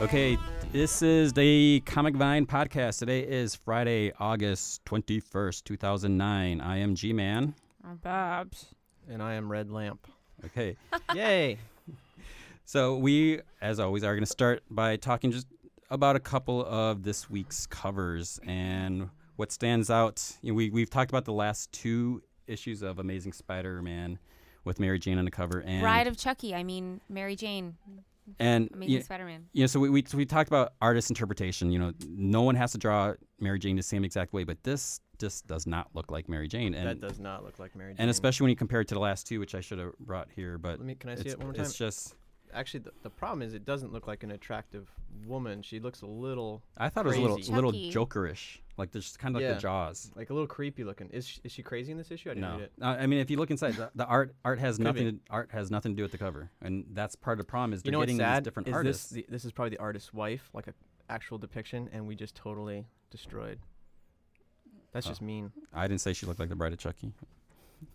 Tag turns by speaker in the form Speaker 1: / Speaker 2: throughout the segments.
Speaker 1: Okay, this is the Comic Vine podcast. Today is Friday, August 21st, 2009. I am G Man.
Speaker 2: Oh, Bob's.
Speaker 3: and I am Red Lamp.
Speaker 1: Okay,
Speaker 3: Yay!
Speaker 1: so we, as always, are going to start by talking just about a couple of this week's covers and what stands out. You know, we, we've talked about the last two issues of Amazing Spider Man with Mary Jane on the cover. And,
Speaker 2: Bride of Chucky. I mean, Mary Jane.
Speaker 1: and
Speaker 2: Amazing
Speaker 1: you-
Speaker 2: Spider Man.
Speaker 1: you know, so we, we, we talked about artist interpretation. You know, no one has to draw Mary Jane the same exact way, but this just does not look like Mary Jane. And,
Speaker 3: that does not look like Mary Jane.
Speaker 1: and especially when you compare it to the last two, which I should have brought here, but
Speaker 3: let me. Can I see
Speaker 1: it's,
Speaker 3: it one more time?
Speaker 1: it's just,
Speaker 3: Actually, the, the problem is it doesn't look like an attractive woman. She looks a little
Speaker 1: I thought it was
Speaker 3: Crazy.
Speaker 1: a little, little
Speaker 2: Chucky.
Speaker 1: jokerish. Like, there's kind of like
Speaker 3: Yeah.
Speaker 1: the jaws.
Speaker 3: like a little creepy looking. Is she, is she crazy in this issue? I didn't
Speaker 1: No,
Speaker 3: read it.
Speaker 1: Uh, I mean, if you look inside, the, the art art has
Speaker 3: Could
Speaker 1: nothing.
Speaker 3: be.
Speaker 1: To, art has nothing to do with the cover, and that's part of the problem. Is
Speaker 3: You
Speaker 1: they're
Speaker 3: know what's
Speaker 1: getting these
Speaker 3: sad?
Speaker 1: different
Speaker 3: is
Speaker 1: artists.
Speaker 3: this the, this is probably the artist's wife, like a actual depiction, and we just totally destroyed. That's
Speaker 1: Oh.
Speaker 3: just mean.
Speaker 1: I didn't say she looked like the Bride of Chucky.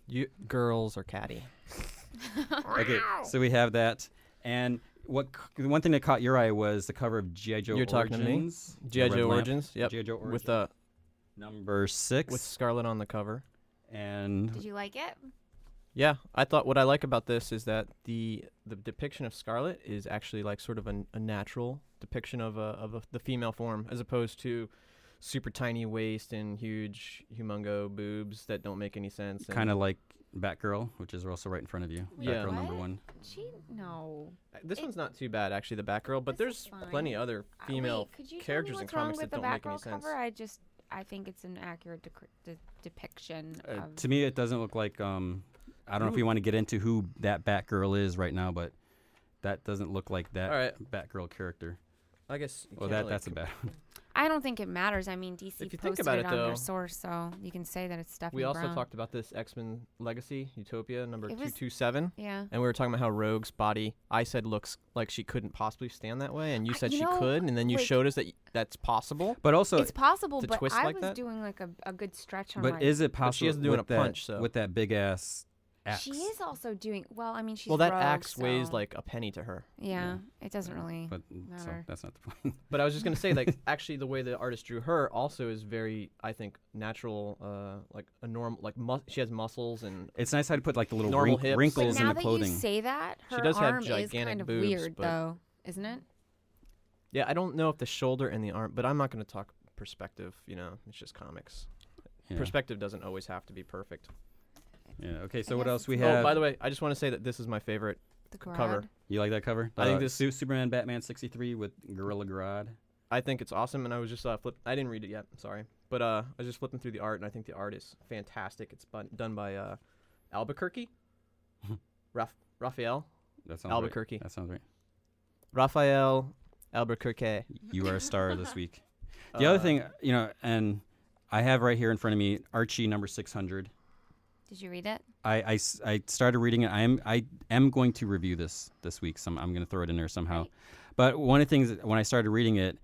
Speaker 3: You girls are catty.
Speaker 1: Okay, so we have that, and what c- the one thing that caught your eye was the cover of GI Joe
Speaker 3: You're talking to me?
Speaker 1: Origins. the
Speaker 3: GI
Speaker 1: Red
Speaker 3: Joe
Speaker 1: Lamp,
Speaker 3: Origins. Yep.
Speaker 1: G.I. Joe Origins
Speaker 3: With uh,
Speaker 1: number six,
Speaker 3: with Scarlet on the cover.
Speaker 1: and
Speaker 2: Did you like it?
Speaker 3: Yeah, I thought what I like about this is that the the depiction of Scarlet is actually like sort of a, a natural depiction of a of a, the female form as opposed to super tiny waist and huge humongo boobs that don't make any sense. and-
Speaker 1: kind of like Batgirl, which is also right in front of you.
Speaker 3: Yeah.
Speaker 1: Batgirl number
Speaker 2: What?
Speaker 1: one.
Speaker 2: She no.
Speaker 3: Uh, this
Speaker 2: it-
Speaker 3: one's not too bad actually, the Batgirl, but
Speaker 2: This is
Speaker 3: there's plenty other
Speaker 2: Uh,
Speaker 3: female.
Speaker 2: wait, could you
Speaker 3: characters
Speaker 2: tell
Speaker 3: in
Speaker 2: me what's
Speaker 3: comics
Speaker 2: wrong with
Speaker 3: that
Speaker 2: the
Speaker 3: don't make any
Speaker 2: Batgirl cover?
Speaker 3: sense.
Speaker 2: I just I think it's an accurate dec- de- depiction
Speaker 1: Uh,
Speaker 2: of.
Speaker 1: to me, it doesn't look like. Um, I don't know if we want to get into who that Batgirl is right now, but that doesn't look like that
Speaker 3: All right,
Speaker 1: Batgirl character.
Speaker 3: I guess. You
Speaker 1: Well,
Speaker 3: can't
Speaker 1: that
Speaker 3: really
Speaker 1: that's a
Speaker 3: com-
Speaker 1: bad. one.
Speaker 2: I don't think it matters. I mean, DC
Speaker 3: If you
Speaker 2: posted
Speaker 3: think about
Speaker 2: it,
Speaker 3: it,
Speaker 2: on their
Speaker 3: though-
Speaker 2: source, so you can say that it's Stephanie
Speaker 3: We also
Speaker 2: Brown.
Speaker 3: talked about this X Men Legacy Utopia number
Speaker 2: It
Speaker 3: two
Speaker 2: was-
Speaker 3: two seven.
Speaker 2: Yeah.
Speaker 3: And we were talking about how Rogue's body, I said, looks like she couldn't possibly stand that way, and you
Speaker 2: I-
Speaker 3: said
Speaker 2: you
Speaker 3: she
Speaker 2: know,
Speaker 3: could, and then you
Speaker 2: like-
Speaker 3: showed us that y- that's possible.
Speaker 1: But also,
Speaker 2: it's possible,
Speaker 3: to
Speaker 2: but
Speaker 3: twist
Speaker 2: I
Speaker 3: like
Speaker 2: was
Speaker 3: that?
Speaker 2: doing like a, a good stretch on
Speaker 1: but
Speaker 2: like,
Speaker 1: is it
Speaker 3: But she
Speaker 1: possible
Speaker 3: isn't doing
Speaker 1: with
Speaker 3: a
Speaker 1: that
Speaker 3: punch, so-
Speaker 1: with that big ass axe?
Speaker 2: she is also doing well. I mean, she's
Speaker 3: well, that
Speaker 2: rogue,
Speaker 3: axe weighs
Speaker 2: so-
Speaker 3: like a penny to her.
Speaker 2: yeah,
Speaker 1: Yeah.
Speaker 2: It doesn't really.
Speaker 1: But so
Speaker 2: matter.
Speaker 1: that's not the point.
Speaker 3: But I was just gonna say, like, actually, the way the artist drew her also is very, I think, natural. Uh, like a normal, like mus- she has muscles and
Speaker 1: It's nice how to put like the little
Speaker 3: Normal
Speaker 1: wrink-
Speaker 3: hips. But
Speaker 2: But
Speaker 1: wrinkles in
Speaker 2: now
Speaker 1: the
Speaker 2: that you
Speaker 1: clothing.
Speaker 2: say that,
Speaker 3: She
Speaker 2: her
Speaker 3: does have
Speaker 2: arm is
Speaker 3: gigantic
Speaker 2: kind of
Speaker 3: boobs,
Speaker 2: weird,
Speaker 3: but-
Speaker 2: though, isn't it?
Speaker 3: yeah, I don't know if the shoulder and the arm, but I'm not gonna talk perspective. You know, it's just comics.
Speaker 1: Yeah.
Speaker 3: Perspective doesn't always have to be perfect.
Speaker 1: Yeah, Okay.
Speaker 2: I
Speaker 1: So what
Speaker 2: guess
Speaker 1: else
Speaker 2: it's
Speaker 1: we
Speaker 2: not-
Speaker 1: have?
Speaker 3: Oh, by the way, I just want to say that this is my favorite.
Speaker 2: The
Speaker 3: cover.
Speaker 2: garage.
Speaker 1: You like that cover?
Speaker 3: I think
Speaker 1: Uh,
Speaker 3: this-
Speaker 1: Su- Superman Batman 63 with Gorilla Grodd.
Speaker 3: I think it's awesome, and I was just uh, flip. I didn't read it yet. Sorry, but uh, I was just flipping through the art, and I think the art is fantastic. It's bun- done by uh, Albuquerque,
Speaker 1: Mm-hmm.
Speaker 3: Raf- Raphael,
Speaker 1: That sounds
Speaker 3: Albuquerque,
Speaker 1: right. That sounds right.
Speaker 3: Raphael Albuquerque.
Speaker 1: You are a star this week. The other
Speaker 3: Uh,
Speaker 1: thing, you know, and I have right here in front of me Archie number 600.
Speaker 2: Did you read it?
Speaker 1: I, I s- I started reading it. I am I am going to review this this week. Some I'm going to throw it in there somehow.
Speaker 2: Right.
Speaker 1: But one of the things that- when I started reading it,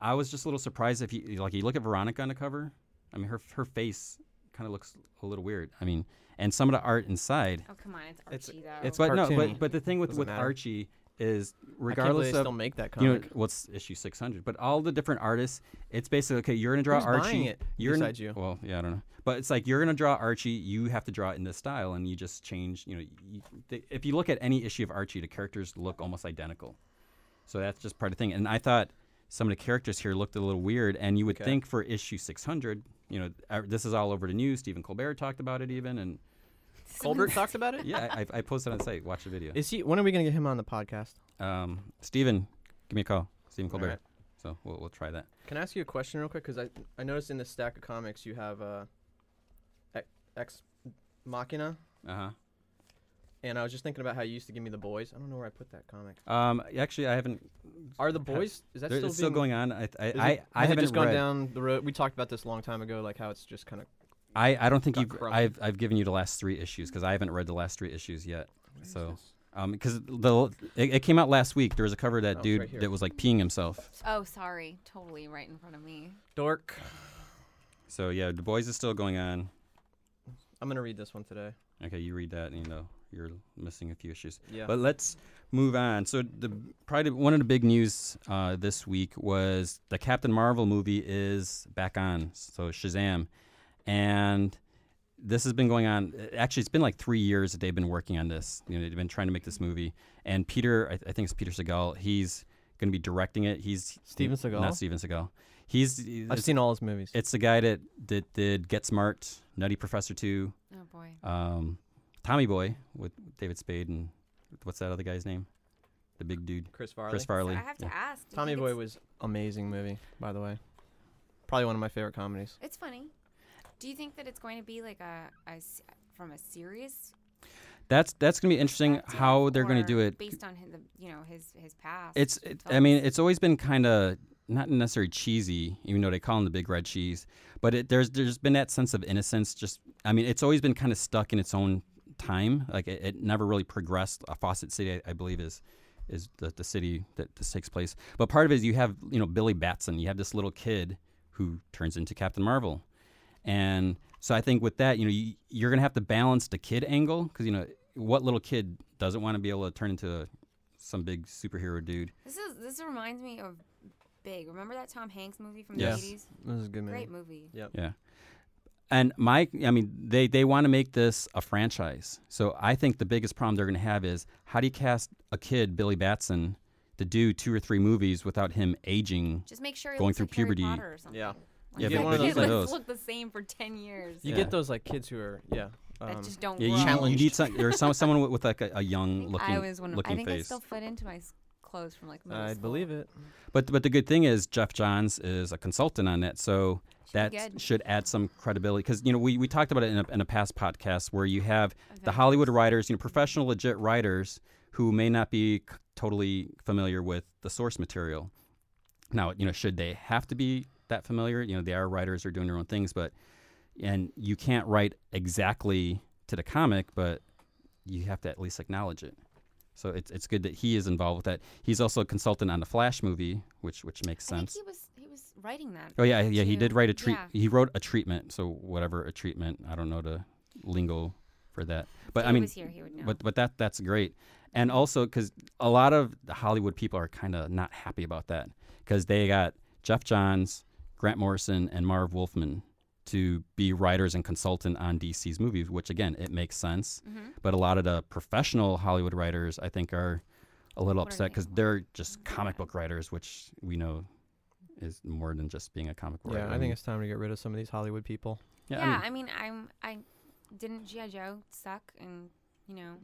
Speaker 1: I was just a little surprised. If you like, you look at Veronica on the cover. I mean, her her face kind of looks a little weird. I mean, and some of the art inside.
Speaker 2: Oh come on, it's
Speaker 3: It's-
Speaker 2: Archie though.
Speaker 3: it's
Speaker 1: but no, but
Speaker 3: cartoony.
Speaker 1: but the thing with
Speaker 3: Doesn't
Speaker 1: with
Speaker 3: matter.
Speaker 1: Archie is
Speaker 3: I can't believe
Speaker 1: regardless
Speaker 3: they
Speaker 1: of
Speaker 3: still make that
Speaker 1: you know
Speaker 3: comic.
Speaker 1: what's issue 600 but all the different artists it's basically okay you're gonna draw
Speaker 3: Who's
Speaker 1: archie
Speaker 3: buying it
Speaker 1: you're gonna-
Speaker 3: besides you?
Speaker 1: well yeah i don't know but it's like you're gonna draw archie you have to draw it in this style and you just change you know you, th- if you look at any issue of archie the characters look almost identical so that's just part of the thing and i thought some of the characters here looked a little weird and you would
Speaker 3: Okay.
Speaker 1: think for issue 600 you know uh, this is all over the news stephen colbert talked about it even and
Speaker 3: Colbert talked about it.
Speaker 1: yeah I, I- I posted on the site watch the video
Speaker 3: Is he? When are we gonna get him on the podcast?
Speaker 1: um, stephen give me a call stephen
Speaker 3: All
Speaker 1: colbert
Speaker 3: right.
Speaker 1: so we'll, we'll try that
Speaker 3: Can I ask you a question real quick? Because I I noticed in this stack of comics you have uh, E- Ex Machina,
Speaker 1: uh-huh
Speaker 3: and I was just thinking about how you used to give me the boys. I don't know where I put that comic.
Speaker 1: Um, actually, I haven't.
Speaker 3: Are the
Speaker 1: Ha-
Speaker 3: boys? Is that
Speaker 1: there-
Speaker 3: still,
Speaker 1: it's still
Speaker 3: being-
Speaker 1: going on. I th-
Speaker 3: Is
Speaker 1: I
Speaker 3: it-
Speaker 1: I, I
Speaker 3: has it
Speaker 1: haven't
Speaker 3: just gone
Speaker 1: read.
Speaker 3: down the road. We talked about this a long time ago, like how it's just kind of.
Speaker 1: I, I don't think
Speaker 3: got
Speaker 1: you've.
Speaker 3: corrupted.
Speaker 1: I've I've given you the last three issues because I haven't read the last three issues yet. So um, because the it, it came out last week. There was a cover of that
Speaker 3: Oh, it's
Speaker 1: dude
Speaker 3: right here.
Speaker 1: that was like peeing himself.
Speaker 2: oh sorry, totally right in front of me.
Speaker 3: dork.
Speaker 1: So yeah, the boys is still going on.
Speaker 3: I'm gonna read this one today.
Speaker 1: Okay, you read that and you know you're missing a few issues.
Speaker 3: Yeah.
Speaker 1: But let's move on. So the probably one of the big news uh, this week was the Captain Marvel movie is back on. So Shazam, and this has been going on. Actually, it's been like three years that they've been working on this. You know, they've been trying to make this movie. And Peter, I, I think it's Peter Segal. He's going to be directing it. He's
Speaker 3: Steven Seagal?
Speaker 1: Not Steven Seagal. He's.
Speaker 3: I've
Speaker 1: it's-
Speaker 3: seen all his movies.
Speaker 1: It's the guy that that did Get Smart, Nutty Professor Two,
Speaker 2: Oh boy.
Speaker 1: um, Tommy Boy with David Spade, and what's that other guy's name? The big dude.
Speaker 3: Chris Farley.
Speaker 1: Chris
Speaker 2: So
Speaker 1: Farley.
Speaker 2: I have to
Speaker 1: Yeah.
Speaker 2: ask. do you
Speaker 3: Tommy
Speaker 2: think
Speaker 3: Boy
Speaker 2: it's-
Speaker 3: was amazing movie, by the way. Probably one of my favorite comedies.
Speaker 2: It's funny. Do you think that it's going to be like a, a s- from a serious?
Speaker 1: That's that's gonna be interesting
Speaker 2: perspective
Speaker 1: how they're gonna
Speaker 2: or
Speaker 1: do it.
Speaker 2: based on his, the- you know, his his past.
Speaker 1: It's it, I mean it's always been kind of not necessarily cheesy, even though they call him the big red cheese. But it, there's there's been that sense of innocence. Just I mean it's always been kind of stuck in its own time. Like it, it never really progressed. A Fawcett City, I, I believe, is is the, the city that this takes place. But part of it is you have you know Billy Batson. You have this little kid who turns into Captain Marvel. And so I think with that, you know, you, you're going to have to balance the kid angle because you know what little kid doesn't want to be able to turn into some big superhero dude.
Speaker 2: this is this reminds me of Big. Remember that Tom Hanks movie from
Speaker 1: Yes.
Speaker 2: the eighties?
Speaker 3: This is a good movie.
Speaker 2: Great movie.
Speaker 1: Yeah. And my, I mean, they, they want to make this a franchise. So I think the biggest problem they're going to have is how do you cast a kid, Billy Batson, to do two or three movies without him aging?
Speaker 2: Just make sure he
Speaker 1: Going
Speaker 2: looks
Speaker 1: through
Speaker 2: like Harry
Speaker 1: puberty.
Speaker 2: Potter or something.
Speaker 3: Yeah.
Speaker 2: Like,
Speaker 1: Yeah,
Speaker 2: that
Speaker 1: but- but
Speaker 2: kid
Speaker 1: he's one of
Speaker 2: must
Speaker 1: those.
Speaker 2: look the same for ten years.
Speaker 3: You
Speaker 1: Yeah.
Speaker 3: get those like kids who are yeah.
Speaker 2: that
Speaker 3: um,
Speaker 2: just don't
Speaker 1: Yeah, you-
Speaker 2: grow.
Speaker 1: you, need some, or some, someone with, with like a, a young looking,
Speaker 2: I was one of, I
Speaker 1: looking
Speaker 2: think
Speaker 1: face.
Speaker 2: I still fit into my s- clothes from like. middle
Speaker 3: I
Speaker 2: school.
Speaker 3: believe it.
Speaker 1: But but the good thing is Jeff Johns is a consultant on that, so that
Speaker 2: good.
Speaker 1: should add some credibility because you know we, we talked about it in a, in a past podcast where you have the
Speaker 2: Event.
Speaker 1: Hollywood writers, you know, professional legit writers who may not be c- totally familiar with the source material. Now you know should they have to be that familiar? You know they are writers, they're doing their own things, but and you can't write exactly to the comic, but you have to at least acknowledge it. So it's it's good that he is involved with that. He's also a consultant on the Flash movie, which which makes
Speaker 2: I think
Speaker 1: sense.
Speaker 2: he was he was writing that.
Speaker 1: Oh yeah, yeah, he did
Speaker 2: too.
Speaker 1: write a treat.
Speaker 2: Yeah.
Speaker 1: He wrote a treatment, so whatever a treatment. I don't know the lingo for that, but
Speaker 2: If
Speaker 1: I
Speaker 2: he
Speaker 1: mean,
Speaker 2: was here, he would know.
Speaker 1: but but that that's great, and also because a lot of the Hollywood people are kind of not happy about that because they got Jeff Johns, Grant Morrison, and Marv Wolfman to be writers and consultant on DC's movies, which again it makes sense.
Speaker 2: Mm-hmm.
Speaker 1: But a lot of the professional Hollywood writers, I think, are a little
Speaker 2: What are
Speaker 1: upset
Speaker 2: they?
Speaker 1: because they're just comic book writers, which we know is more than just being a comic book
Speaker 3: Yeah,
Speaker 1: writer.
Speaker 3: I think it's time to get rid of some of these Hollywood people.
Speaker 1: yeah,
Speaker 2: yeah,
Speaker 1: I mean,
Speaker 2: I mean, I'm I didn't GI Joe suck and you know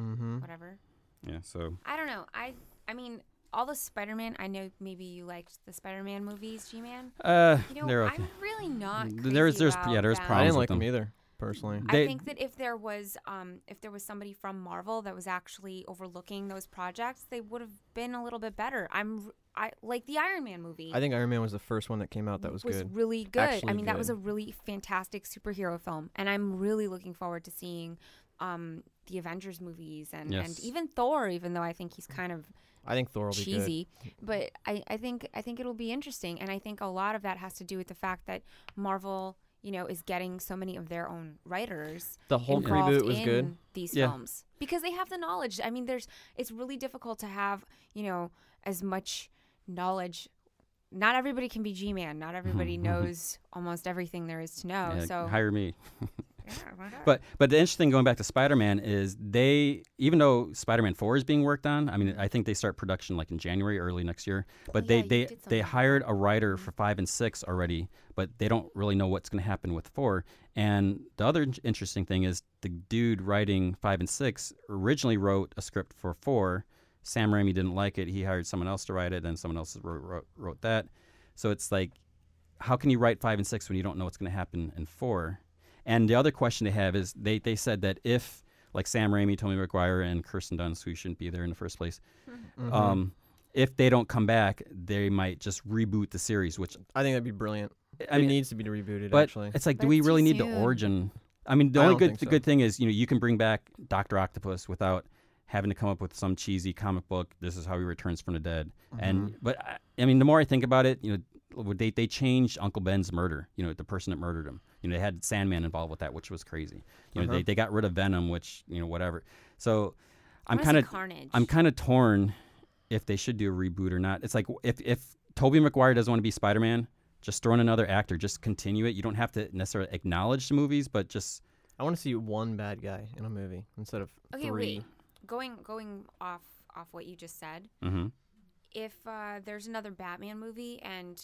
Speaker 3: Mm-hmm.
Speaker 2: whatever.
Speaker 1: yeah. So
Speaker 2: I don't know. I I mean all the Spider Man. I know maybe you liked the Spider Man movies, G Man.
Speaker 1: uh,
Speaker 2: You know,
Speaker 1: they're okay.
Speaker 2: I'm really not.
Speaker 1: Th-
Speaker 2: Crazy
Speaker 1: there's- there's-
Speaker 2: about
Speaker 1: yeah, there's
Speaker 2: them.
Speaker 3: I
Speaker 1: problems.
Speaker 3: didn't
Speaker 1: with
Speaker 3: like them
Speaker 1: them.
Speaker 3: either, personally.
Speaker 1: They-
Speaker 2: I think that if there was um, if there was somebody from Marvel that was actually overlooking those projects, they would have been a little bit better. I'm r- I like the Iron Man movie.
Speaker 3: I think Iron Man was the first one that came out that was, good.
Speaker 2: really good.
Speaker 3: Actually
Speaker 2: I mean, that was
Speaker 3: good.
Speaker 2: a really fantastic superhero film, and I'm really looking forward to seeing um, the Avengers movies and,
Speaker 1: Yes.
Speaker 2: and even Thor, even though I think he's kind of
Speaker 3: I think Thor will be good.
Speaker 2: cheesy. But I, I think I think it'll be interesting, and I think a lot of that has to do with the fact that Marvel, you know, is getting so many of their own writers
Speaker 3: The Hulk
Speaker 2: involved
Speaker 3: reboot was
Speaker 2: in
Speaker 3: good.
Speaker 2: these
Speaker 1: Yeah.
Speaker 2: films because they have the knowledge. I mean, there's it's really difficult to have you know as much knowledge. Not everybody can be G-Man. Not everybody
Speaker 1: mhm.
Speaker 2: knows almost everything there is to know.
Speaker 1: yeah,
Speaker 2: so,
Speaker 1: hire me.
Speaker 2: yeah, why not?
Speaker 1: But but the interesting going back to Spider Man is they even though Spider Man Four is being worked on, I mean I think they start production like in January early next year. But
Speaker 2: Oh,
Speaker 1: they
Speaker 2: yeah, you
Speaker 1: they
Speaker 2: did something
Speaker 1: they
Speaker 2: about
Speaker 1: hired a writer for five and six already, but they don't really know what's going to happen with four. And the other in- interesting thing is the dude writing five and six originally wrote a script for four. Sam Raimi didn't like it. He hired someone else to write it, and someone else wrote, wrote, wrote that. So it's like, how can you write five and six when you don't know what's going to happen in four? And the other question they have is they, they said that if, like Sam Raimi, Tommy McGuire, and Kirsten Dunst, who shouldn't be there in the first place,
Speaker 3: Mm-hmm.
Speaker 1: um, if they don't come back, they might just reboot the series, which
Speaker 3: I think that'd be brilliant.
Speaker 1: I
Speaker 3: it
Speaker 1: mean,
Speaker 3: needs to be rebooted,
Speaker 1: but
Speaker 3: actually.
Speaker 1: it's like,
Speaker 2: But
Speaker 1: do we
Speaker 2: it's too
Speaker 1: really need the
Speaker 2: soon.
Speaker 1: origin? I mean, the
Speaker 3: I
Speaker 1: only
Speaker 3: don't
Speaker 1: good
Speaker 3: think
Speaker 1: the
Speaker 3: so.
Speaker 1: good thing is you know you can bring back Doctor Octopus without having to come up with some cheesy comic book. This is how he returns from the dead.
Speaker 3: Mm-hmm.
Speaker 1: And but I, I mean, the more I think about it, you know, would they they changed Uncle Ben's murder. You know, the person that murdered
Speaker 3: Uh-huh.
Speaker 1: him. You know, they had Sandman involved with that, which was crazy. You know, they, they got rid of Venom, which you know whatever. So I'm
Speaker 2: I wanna
Speaker 1: kind
Speaker 2: see
Speaker 1: of
Speaker 2: Carnage.
Speaker 1: I'm kind of torn if they should do a reboot or not. It's like if if Tobey Maguire doesn't want to be Spider Man, just throw in another actor, just continue it. You don't have to necessarily acknowledge the movies, but just
Speaker 3: I want to see one bad guy in a movie instead of
Speaker 2: okay,
Speaker 3: three.
Speaker 2: wait. Going going off off what you just said.
Speaker 1: mhm.
Speaker 2: If uh, there's another Batman movie and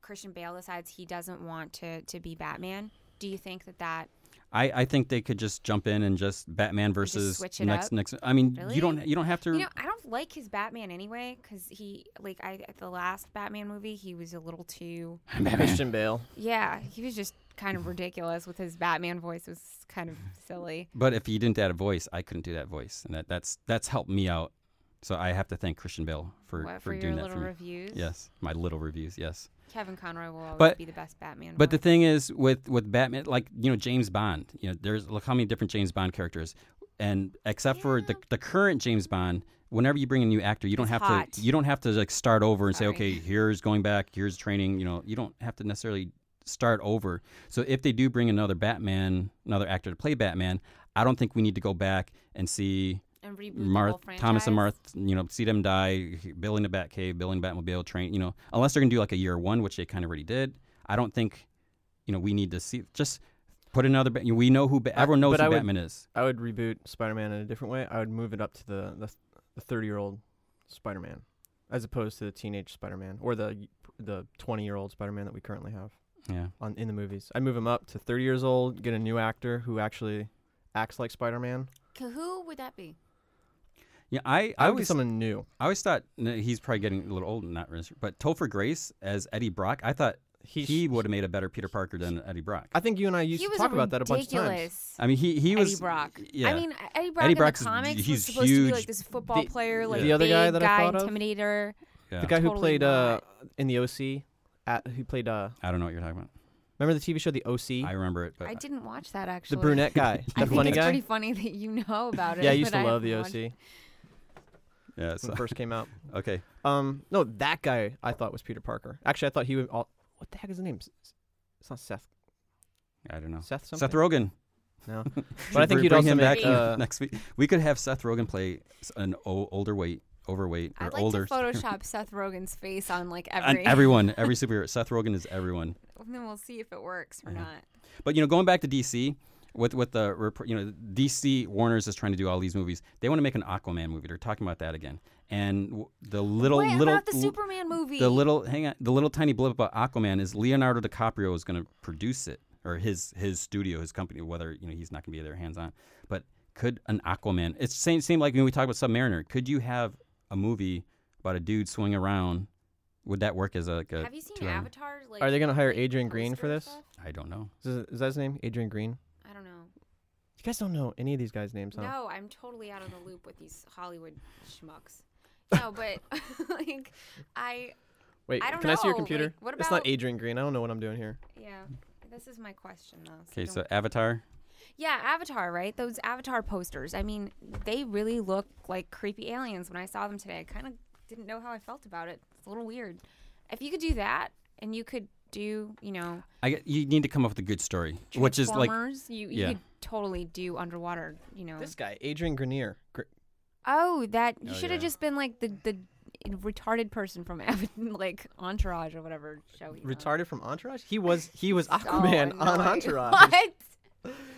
Speaker 2: Christian Bale decides he doesn't want to to be Batman, do you think that that
Speaker 1: I, I think they could just jump in and just Batman versus
Speaker 2: switch it
Speaker 1: next
Speaker 2: up?
Speaker 1: next. I mean,
Speaker 2: Really?
Speaker 1: you don't you don't have to.
Speaker 2: you know I don't like his Batman anyway because he like I at the last Batman movie he was a little too
Speaker 1: I'm Batman.
Speaker 3: Christian Bale.
Speaker 2: yeah he was just kind of ridiculous with his Batman voice was kind of silly.
Speaker 1: But if you didn't add a voice, I couldn't do that voice, and that, that's that's helped me out. So I have to thank Christian Bale for
Speaker 2: what,
Speaker 1: for,
Speaker 2: for, your
Speaker 1: doing that
Speaker 2: little
Speaker 1: for me.
Speaker 2: reviews,
Speaker 1: Yes, my little reviews. Yes.
Speaker 2: Kevin Conroy will always
Speaker 1: But-
Speaker 2: be the best Batman.
Speaker 1: But the
Speaker 2: voice.
Speaker 1: thing is, with with Batman, like you know James Bond, you know there's look how many different James Bond characters, and except for the
Speaker 2: Yeah.
Speaker 1: the current James Bond, whenever you bring a new actor, you don't
Speaker 2: He's
Speaker 1: have
Speaker 2: hot.
Speaker 1: to you don't have to like start over and
Speaker 2: Sorry.
Speaker 1: say okay here's going back here's training. You know you don't have to necessarily start over. So if they do bring another Batman, another actor to play Batman, I don't think we need to go back and see
Speaker 2: and reboot the whole
Speaker 1: Marth, Thomas and
Speaker 2: franchise?
Speaker 1: Marth, you know, see them die, building the Batcave, building Batmobile, train, you know, unless they're going to do like a year one, which they kind of already did. I don't think, you know, we need to see, just put another, Bat- we know who, Ba-
Speaker 3: I-
Speaker 1: everyone knows
Speaker 3: but
Speaker 1: who
Speaker 3: I would-
Speaker 1: Batman is.
Speaker 3: I would reboot Spider-Man in a different way. I would move it up to the the, the 30-year-old Spider-Man as opposed to the teenage Spider-Man or the y- the 20-year-old Spider-Man that we currently have
Speaker 1: Yeah.
Speaker 3: on in the movies. I'd move him up to 30 years old, get a new actor who actually acts like Spider-Man.
Speaker 2: K- Who would that be?
Speaker 1: Yeah. I, I
Speaker 3: I, would get
Speaker 1: always, I
Speaker 3: someone new.
Speaker 1: always thought no, he's probably getting a little old, not really, sure, but Topher Grace as Eddie Brock, I thought
Speaker 3: He,
Speaker 1: he,
Speaker 3: sh-
Speaker 1: would have made a better Peter Parker than Eddie Brock.
Speaker 3: I think you and I used
Speaker 2: he
Speaker 3: to
Speaker 2: was
Speaker 3: talk
Speaker 2: a
Speaker 3: about that a bunch of times.
Speaker 2: ridiculous
Speaker 1: I mean, Uh, he, he was.
Speaker 2: Eddie Brock.
Speaker 1: Yeah.
Speaker 2: I mean, Eddie Brock
Speaker 1: Eddie
Speaker 2: in
Speaker 1: Brock's-
Speaker 2: the comics
Speaker 1: he's
Speaker 2: was supposed to be
Speaker 1: huge.
Speaker 2: like this football
Speaker 3: The-
Speaker 2: player, like
Speaker 1: the
Speaker 3: other
Speaker 2: big
Speaker 3: guy that I thought of?
Speaker 2: intimidator.
Speaker 1: yeah.
Speaker 3: The guy who
Speaker 2: Totally
Speaker 3: played uh
Speaker 2: not.
Speaker 3: in the OC at who played uh
Speaker 1: I don't know what you're talking about.
Speaker 3: remember the TV show the OC?
Speaker 1: I remember it, but
Speaker 2: I didn't watch that
Speaker 3: the
Speaker 2: actually.
Speaker 3: brunette guy,
Speaker 1: I
Speaker 3: the
Speaker 2: I think
Speaker 3: funny
Speaker 2: it's
Speaker 3: guy.
Speaker 2: pretty funny that you know about it.
Speaker 3: yeah, I used
Speaker 2: but
Speaker 3: to love
Speaker 2: haven't
Speaker 3: the
Speaker 2: watched it.
Speaker 3: OC
Speaker 1: yeah.
Speaker 3: when
Speaker 1: So,
Speaker 3: it first came out.
Speaker 1: okay.
Speaker 3: Um, no, that guy I thought was Peter Parker. Actually, I thought he would. All, what the heck is his name? S- s- It's not Seth.
Speaker 1: I don't know.
Speaker 3: Seth something.
Speaker 1: Seth Rogen.
Speaker 3: No.
Speaker 1: but
Speaker 3: I think he'd
Speaker 1: bring
Speaker 3: also
Speaker 1: him
Speaker 3: make,
Speaker 1: back
Speaker 3: uh,
Speaker 1: next week. We could have Seth Rogen play s- an o- older weight, overweight, or
Speaker 2: I'd like
Speaker 1: older.
Speaker 2: to Photoshop Seth Rogen's face on like
Speaker 1: on
Speaker 2: every,
Speaker 1: everyone, every superhero. Seth Rogen is everyone.
Speaker 2: and then we'll see if it works or
Speaker 1: Yeah.
Speaker 2: not.
Speaker 1: But you know, going back to DC with with the rep- you know DC Warner's is trying to do all these movies. They want to make an Aquaman movie. They're talking about that again. And w- the little
Speaker 2: what
Speaker 1: little
Speaker 2: about the
Speaker 1: l-
Speaker 2: Superman movie?
Speaker 1: the little hang on the little tiny blip about Aquaman is Leonardo DiCaprio is going to produce it or his his studio his company whether you know he's not going to be there hands on but could an Aquaman it's same same like when we talk about Submariner could you have a movie about a dude swinging around would that work as a, like a
Speaker 2: Have you seen
Speaker 1: two-hour-
Speaker 2: Avatar? Like,
Speaker 3: Are they gonna hire
Speaker 2: like,
Speaker 3: Adrian Green for
Speaker 2: poster
Speaker 3: this?
Speaker 2: stuff?
Speaker 1: I don't know
Speaker 3: Is, it- is that his name? Adrian Green.
Speaker 2: I don't know.
Speaker 3: You guys don't know any of these guys' names, huh?
Speaker 2: No, I'm totally out of the loop with these Hollywood schmucks. No, but like I
Speaker 3: Wait,
Speaker 2: I don't
Speaker 3: can I see your
Speaker 2: know, like,
Speaker 3: computer?
Speaker 2: what
Speaker 3: It's not
Speaker 2: about-
Speaker 3: Adrian Green. I don't know what I'm doing here.
Speaker 2: Yeah, this is my question though.
Speaker 1: okay
Speaker 2: don't-
Speaker 1: so Avatar
Speaker 2: yeah, Avatar, right? Those Avatar posters. I mean, they really look like creepy aliens when I saw them today. I kind of didn't know how I felt about it. It's a little weird. If you could do that, and you could do, you know,
Speaker 1: I get- you need to come up with a good story which is like
Speaker 2: Transformers, you, you
Speaker 1: yeah.
Speaker 2: could totally do underwater. You know,
Speaker 3: This guy, Adrian Grenier. Gr-
Speaker 2: oh, that you
Speaker 1: Oh,
Speaker 2: should have
Speaker 1: yeah.
Speaker 2: just been like the the retarded person from Ava- like Entourage or whatever show. He's on.
Speaker 3: retarded from Entourage. He was he was
Speaker 2: So
Speaker 3: Aquaman on
Speaker 2: annoying.
Speaker 3: Entourage.
Speaker 2: What?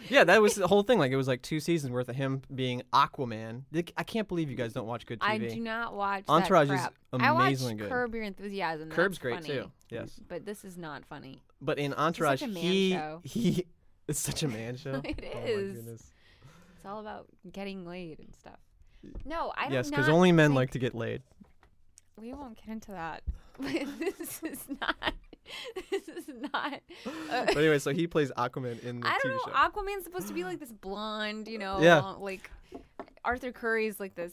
Speaker 3: Yeah, that was the whole thing. Like it was like two seasons worth of him being Aquaman. Like, I can't believe you guys don't watch good TV.
Speaker 2: I do not watch that
Speaker 3: Entourage is
Speaker 2: crap. I
Speaker 3: amazingly
Speaker 2: watch
Speaker 3: good.
Speaker 2: Curb Your Enthusiasm. That's
Speaker 3: Curb's great
Speaker 2: funny,
Speaker 3: too. Yes.
Speaker 2: But this is not funny.
Speaker 3: But in Entourage,
Speaker 2: a man
Speaker 3: he
Speaker 2: show.
Speaker 3: he it's such a man show.
Speaker 2: It
Speaker 3: oh
Speaker 2: is.
Speaker 3: My goodness.
Speaker 2: It's all about getting laid and stuff. No, I don't.
Speaker 3: Yes, because only men like to get laid.
Speaker 2: We won't get into that. But this is not. This is not. uh,
Speaker 3: But anyway, so he plays Aquaman in the
Speaker 2: I
Speaker 3: TV
Speaker 2: don't
Speaker 3: show.
Speaker 2: know. Aquaman's supposed to be like this blonde, you know,
Speaker 3: Yeah.
Speaker 2: blonde- like Arthur Curry's like this.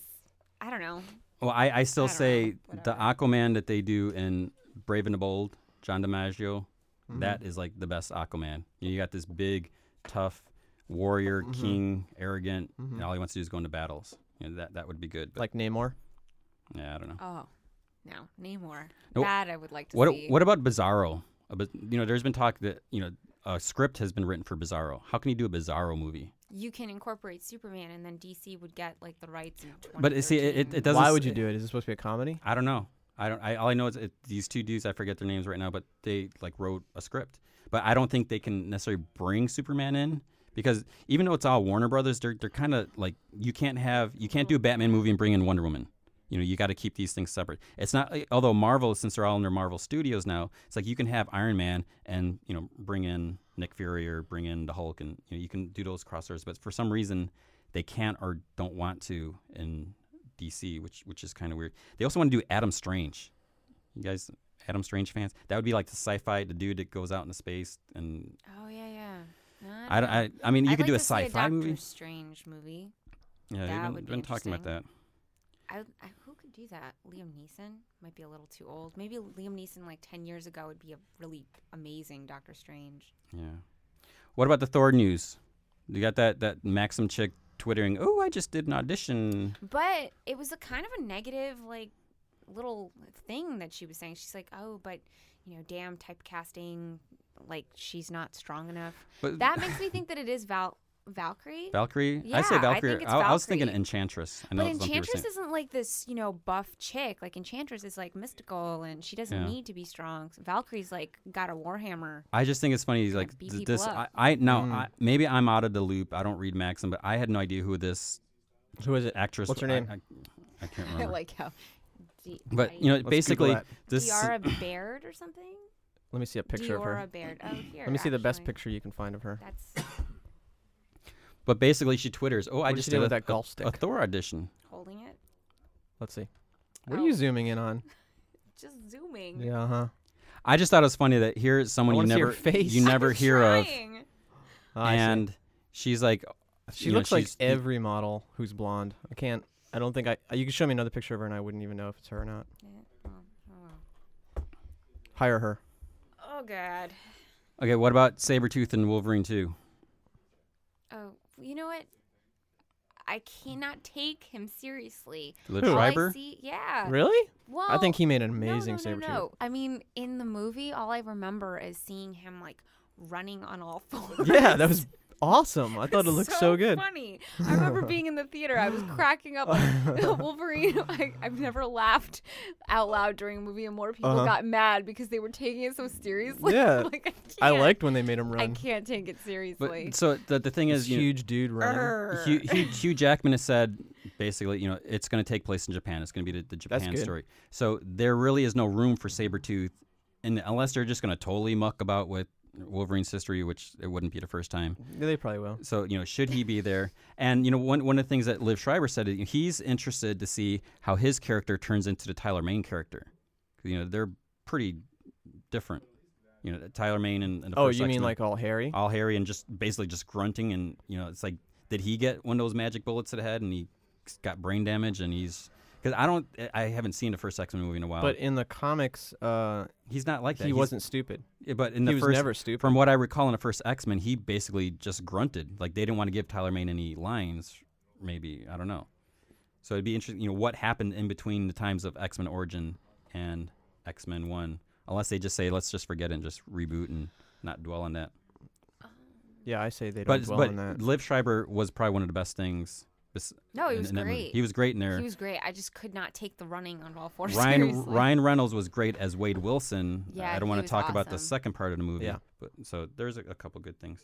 Speaker 2: I don't know.
Speaker 1: well I, I still
Speaker 2: I don't
Speaker 1: say
Speaker 2: know,
Speaker 1: the
Speaker 2: whatever.
Speaker 1: Aquaman that they do in Brave and the Bold John DiMaggio
Speaker 3: Mhm.
Speaker 1: that is like the best Aquaman. You, know, you got this big, tough warrior, king, arrogant,
Speaker 3: Mhm.
Speaker 1: and all he wants to do is go into battles. You know, that that would be good. But
Speaker 3: like Namor.
Speaker 1: yeah, I don't know.
Speaker 2: Oh, no, Namor.
Speaker 1: No,
Speaker 2: That I would like to
Speaker 1: What
Speaker 2: see.
Speaker 1: what about Bizarro? A biz- You know, there's been talk that you know a script has been written for Bizarro. How can you do a Bizarro movie?
Speaker 2: you can incorporate Superman, and then DC would get like the rights. In
Speaker 1: But it- see, it-
Speaker 2: 2013.
Speaker 1: it doesn't
Speaker 3: Why
Speaker 1: s-
Speaker 3: would you do it? Is it supposed to be a comedy?
Speaker 1: I don't know. I don't. I, all I know is it, these two dudes. I forget their names right now, but they like wrote a script. But I don't think they can necessarily bring Superman in because even though it's all Warner Brothers, they're they're kind of like you can't have you can't do a Batman movie and bring in Wonder Woman. You know, you got to keep these things separate. It's not like- although Marvel, since they're all under Marvel Studios now, it's like you can have Iron Man and you know bring in Nick Fury or bring in the Hulk, and you know you can do those crossovers. But for some reason, they can't or don't want to in DC, which which is kind of weird. They also want to do Adam Strange. You guys, Adam Strange fans, that would be like the sci-fi, the dude that goes out into space, and
Speaker 2: Oh yeah, yeah. No,
Speaker 1: I don't,
Speaker 2: know.
Speaker 1: I, I mean, you
Speaker 2: I'd
Speaker 1: could do a
Speaker 2: like to see
Speaker 1: sci-fi
Speaker 2: Doctor
Speaker 1: movie.
Speaker 2: Strange movie.
Speaker 1: Yeah, they've
Speaker 2: that
Speaker 1: been,
Speaker 2: would be
Speaker 1: been talking about that.
Speaker 2: I, would- I, who could do that? Liam Neeson might be a little too old. Maybe Liam Neeson like ten years ago would be a really amazing Doctor Strange.
Speaker 1: Yeah. What about the Thor news? You got that that Maxim chick twittering, "Oh, I just did an audition."
Speaker 2: But it was a kind of a negative like little thing that she was saying. She's like, oh, but you know, damn typecasting. Like she's not strong enough.
Speaker 1: But
Speaker 2: That makes me think that it is Val Valkyrie.
Speaker 1: Valkyrie. I say
Speaker 2: Yeah, I
Speaker 1: Valkyrie.
Speaker 2: think it's
Speaker 1: I, I was thinking
Speaker 2: Valkyrie.
Speaker 1: Enchantress. I know
Speaker 2: But
Speaker 1: some people were saying-
Speaker 2: Enchantress isn't like this, you know, buff chick. Like Enchantress is like mystical, and she doesn't
Speaker 1: Yeah.
Speaker 2: need to be strong. Valkyrie's like got a warhammer.
Speaker 1: I just think it's funny. Like
Speaker 2: beat
Speaker 1: th-
Speaker 2: people
Speaker 1: this, I,
Speaker 2: up.
Speaker 1: I now
Speaker 3: Mm.
Speaker 1: I, maybe I'm out of the loop. I don't read Maxim, but I had no idea who this
Speaker 3: Who is it?
Speaker 1: actress.
Speaker 3: What's her
Speaker 1: I-
Speaker 3: name?
Speaker 1: I, I can't
Speaker 2: I
Speaker 1: remember.
Speaker 2: like how. D-
Speaker 1: Uh-huh. but you know,
Speaker 3: Google
Speaker 1: basically,
Speaker 3: that.
Speaker 1: this
Speaker 2: Diara Baird or something.
Speaker 3: Let me see a picture
Speaker 2: Diora
Speaker 3: of her.
Speaker 2: Baird. Oh, here.
Speaker 3: Let me see the best
Speaker 2: actually.
Speaker 3: picture you can find of her.
Speaker 2: That's
Speaker 1: But basically, she twitters, "Oh, I
Speaker 3: What did
Speaker 1: just
Speaker 3: she do
Speaker 1: did
Speaker 3: with
Speaker 1: a,
Speaker 3: that golf
Speaker 1: a, a
Speaker 3: stick?
Speaker 1: Thor audition."
Speaker 2: holding it.
Speaker 3: Let's see. What are you
Speaker 2: Oh.
Speaker 3: zooming in on?
Speaker 2: Just zooming.
Speaker 3: Yeah, uh-huh. huh?
Speaker 1: I just thought it was funny that here's someone you
Speaker 3: wanna see her
Speaker 1: never
Speaker 3: face.
Speaker 1: you
Speaker 2: I'm
Speaker 1: never hear of,
Speaker 2: trying.
Speaker 3: Ah, I see.
Speaker 1: and she's like,
Speaker 3: she
Speaker 1: you know,
Speaker 3: looks like
Speaker 1: she's-
Speaker 3: every model who's blonde. I can't. I don't think I. uh, You can show me another picture of her, and I wouldn't even know if it's her or not.
Speaker 2: Yeah, well, oh, well.
Speaker 3: Hire her.
Speaker 2: Oh God.
Speaker 1: Okay, what about Sabretooth and Wolverine two?
Speaker 2: Oh, you know what? I cannot take him seriously.
Speaker 1: The
Speaker 3: Who?
Speaker 2: All I
Speaker 1: Triber?
Speaker 2: see- yeah.
Speaker 3: Really?
Speaker 2: Well,
Speaker 3: I think he made an
Speaker 2: no,
Speaker 3: amazing
Speaker 2: no, no,
Speaker 3: saber
Speaker 2: no. I mean, in the movie, all I remember is seeing him like running on all fours.
Speaker 3: tooth. Yeah, that was awesome. I thought it
Speaker 2: It's
Speaker 3: looked so,
Speaker 2: so
Speaker 3: good.
Speaker 2: Funny. I remember being in the theater. I was cracking up. Like, Wolverine. I, I've never laughed out loud during a movie, and more people
Speaker 3: Uh-huh.
Speaker 2: got mad because they were taking it so seriously.
Speaker 3: Yeah.
Speaker 2: like,
Speaker 3: I
Speaker 2: can't-
Speaker 3: liked when they made him
Speaker 2: I
Speaker 3: run.
Speaker 2: can't take it seriously.
Speaker 1: But so the, the thing
Speaker 3: This
Speaker 1: is, you
Speaker 3: huge dude running.
Speaker 2: Err.
Speaker 1: Hugh, Hugh, Hugh Jackman has said basically, you know, it's going to take place in Japan. It's going to be the, the
Speaker 3: That's
Speaker 1: Japan
Speaker 3: good.
Speaker 1: story. So there really is no room for Sabretooth, and unless they're just going to totally muck about with Wolverine's history, which it wouldn't be the first time.
Speaker 3: Yeah, they probably will.
Speaker 1: So you know, should he be there? And you know, one one of the things that Liv Schreiber said is he's interested to see how his character turns into the Tyler Main character. 'Cause, You know, they're pretty different. You know, Tyler Main and, and the
Speaker 3: Oh,
Speaker 1: first
Speaker 3: you mean
Speaker 1: X-Men
Speaker 3: like all hairy?
Speaker 1: all hairy and just basically just grunting and you know it's like did he get one of those magic bullets to the head and he got brain damage and he's because I don't I haven't seen the first X Men movie in a while
Speaker 3: But in the comics, uh,
Speaker 1: he's not like that
Speaker 3: he
Speaker 1: He's-
Speaker 3: wasn't stupid.
Speaker 1: yeah, but in
Speaker 3: he
Speaker 1: the
Speaker 3: was
Speaker 1: first
Speaker 3: never stupid.
Speaker 1: from what I recall in the first X Men he basically just grunted like they didn't want to give Tyler Mane any lines maybe I don't know so it'd be interesting you know what happened in between the times of X Men Origin and X Men One unless they just say let's just forget it and just reboot and not dwell on that
Speaker 3: yeah, I say they don't
Speaker 1: but
Speaker 3: dwell
Speaker 1: but
Speaker 3: on that.
Speaker 1: Liv Schreiber was probably one of the best things. bes-
Speaker 2: no, Oh, he
Speaker 1: in-
Speaker 2: was
Speaker 1: in that movie.
Speaker 2: great.
Speaker 1: He was great in there.
Speaker 2: He was great. I just could not take the running on all fours.
Speaker 1: Ryan
Speaker 2: seriously.
Speaker 1: Ryan Reynolds was great as Wade Wilson.
Speaker 2: Yeah,
Speaker 1: I don't
Speaker 2: he
Speaker 1: want to
Speaker 2: was
Speaker 1: talk about the
Speaker 2: awesome.
Speaker 1: second part of the movie.
Speaker 3: Yeah.
Speaker 1: But so there's a, a couple good things.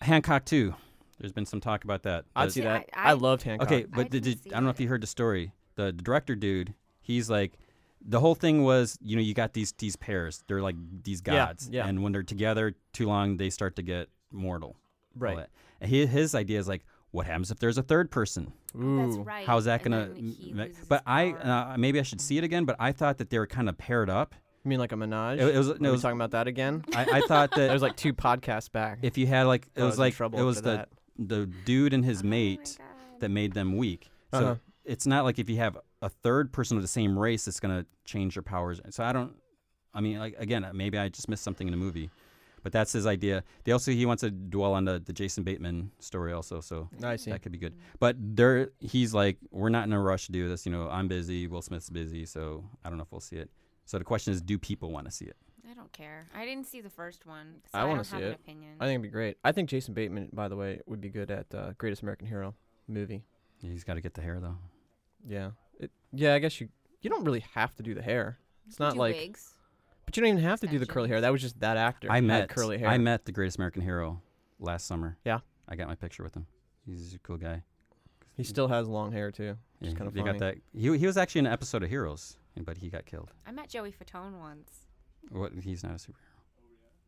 Speaker 1: Hancock too. There's been some talk about that.
Speaker 3: I'd
Speaker 1: The-
Speaker 3: see
Speaker 2: Yeah,
Speaker 3: that.
Speaker 2: I-
Speaker 3: I, loved Hancock.
Speaker 1: Okay, but did,
Speaker 2: didn't
Speaker 1: did,
Speaker 2: see
Speaker 1: I don't know if you heard the story. The, the director dude, he's like, the whole thing was, you know, you got these these pairs. They're like these
Speaker 3: Yeah,
Speaker 1: gods,
Speaker 3: yeah.
Speaker 1: and when they're together too long, they start to get mortal. all
Speaker 3: Right.
Speaker 1: that. And he, his idea is like, what happens if there's a third person?
Speaker 3: Ooh.
Speaker 2: That's right.
Speaker 1: How's that
Speaker 2: And
Speaker 1: gonna?
Speaker 2: then he
Speaker 1: m-
Speaker 2: loses
Speaker 1: But
Speaker 2: his
Speaker 1: I
Speaker 2: power.
Speaker 1: uh, maybe I should see it again. But I thought that they were kind of paired up.
Speaker 3: You mean like a menage?
Speaker 1: It, it was.
Speaker 3: Are
Speaker 1: No,
Speaker 3: we
Speaker 1: it was I,
Speaker 3: talking about that again?
Speaker 1: I thought
Speaker 3: That
Speaker 1: that
Speaker 3: was like two podcasts back.
Speaker 1: if you had like it
Speaker 3: I
Speaker 1: was
Speaker 3: in
Speaker 1: like
Speaker 3: trouble
Speaker 1: it was
Speaker 3: after
Speaker 1: the
Speaker 3: that.
Speaker 1: the dude and his mate
Speaker 2: Oh my God.
Speaker 1: that made them weak. So
Speaker 3: Uh-huh.
Speaker 1: it's not like if you have a third person of the same race, it's gonna change their powers. So I don't. I mean, like again, maybe I just missed something in the movie, but that's his idea. They also he wants to dwell on the, the Jason Bateman story also. So
Speaker 3: I see.
Speaker 1: that could be good. But there, he's like, we're not in a rush to do this. You know, I'm busy. Will Smith's busy, so I don't know if we'll see it. So the question is, do people want to see it?
Speaker 2: I don't care. I didn't see the first one. So
Speaker 3: I
Speaker 2: I,
Speaker 3: wanna
Speaker 2: want to
Speaker 3: see
Speaker 2: have
Speaker 3: it.
Speaker 2: An opinion.
Speaker 3: I think it'd be great. I think Jason Bateman, by the way, would be good at uh, Greatest American Hero movie.
Speaker 1: He's got to get the hair though.
Speaker 3: Yeah. It, yeah, I guess you you don't really have to do the hair. It's not
Speaker 2: Do
Speaker 3: like
Speaker 2: wigs.
Speaker 3: but you don't even have to do the curly hair. That was just that actor.
Speaker 1: I
Speaker 3: had
Speaker 1: met
Speaker 3: curly hair.
Speaker 1: I met the greatest American hero last summer.
Speaker 3: Yeah.
Speaker 1: I got my picture with him. He's a cool guy.
Speaker 3: he still has long hair too.
Speaker 1: Yeah,
Speaker 3: It's kinda
Speaker 1: they got that. He he was actually in an episode of Heroes, but he got killed.
Speaker 2: I met Joey Fatone once,
Speaker 1: What? He's not a super.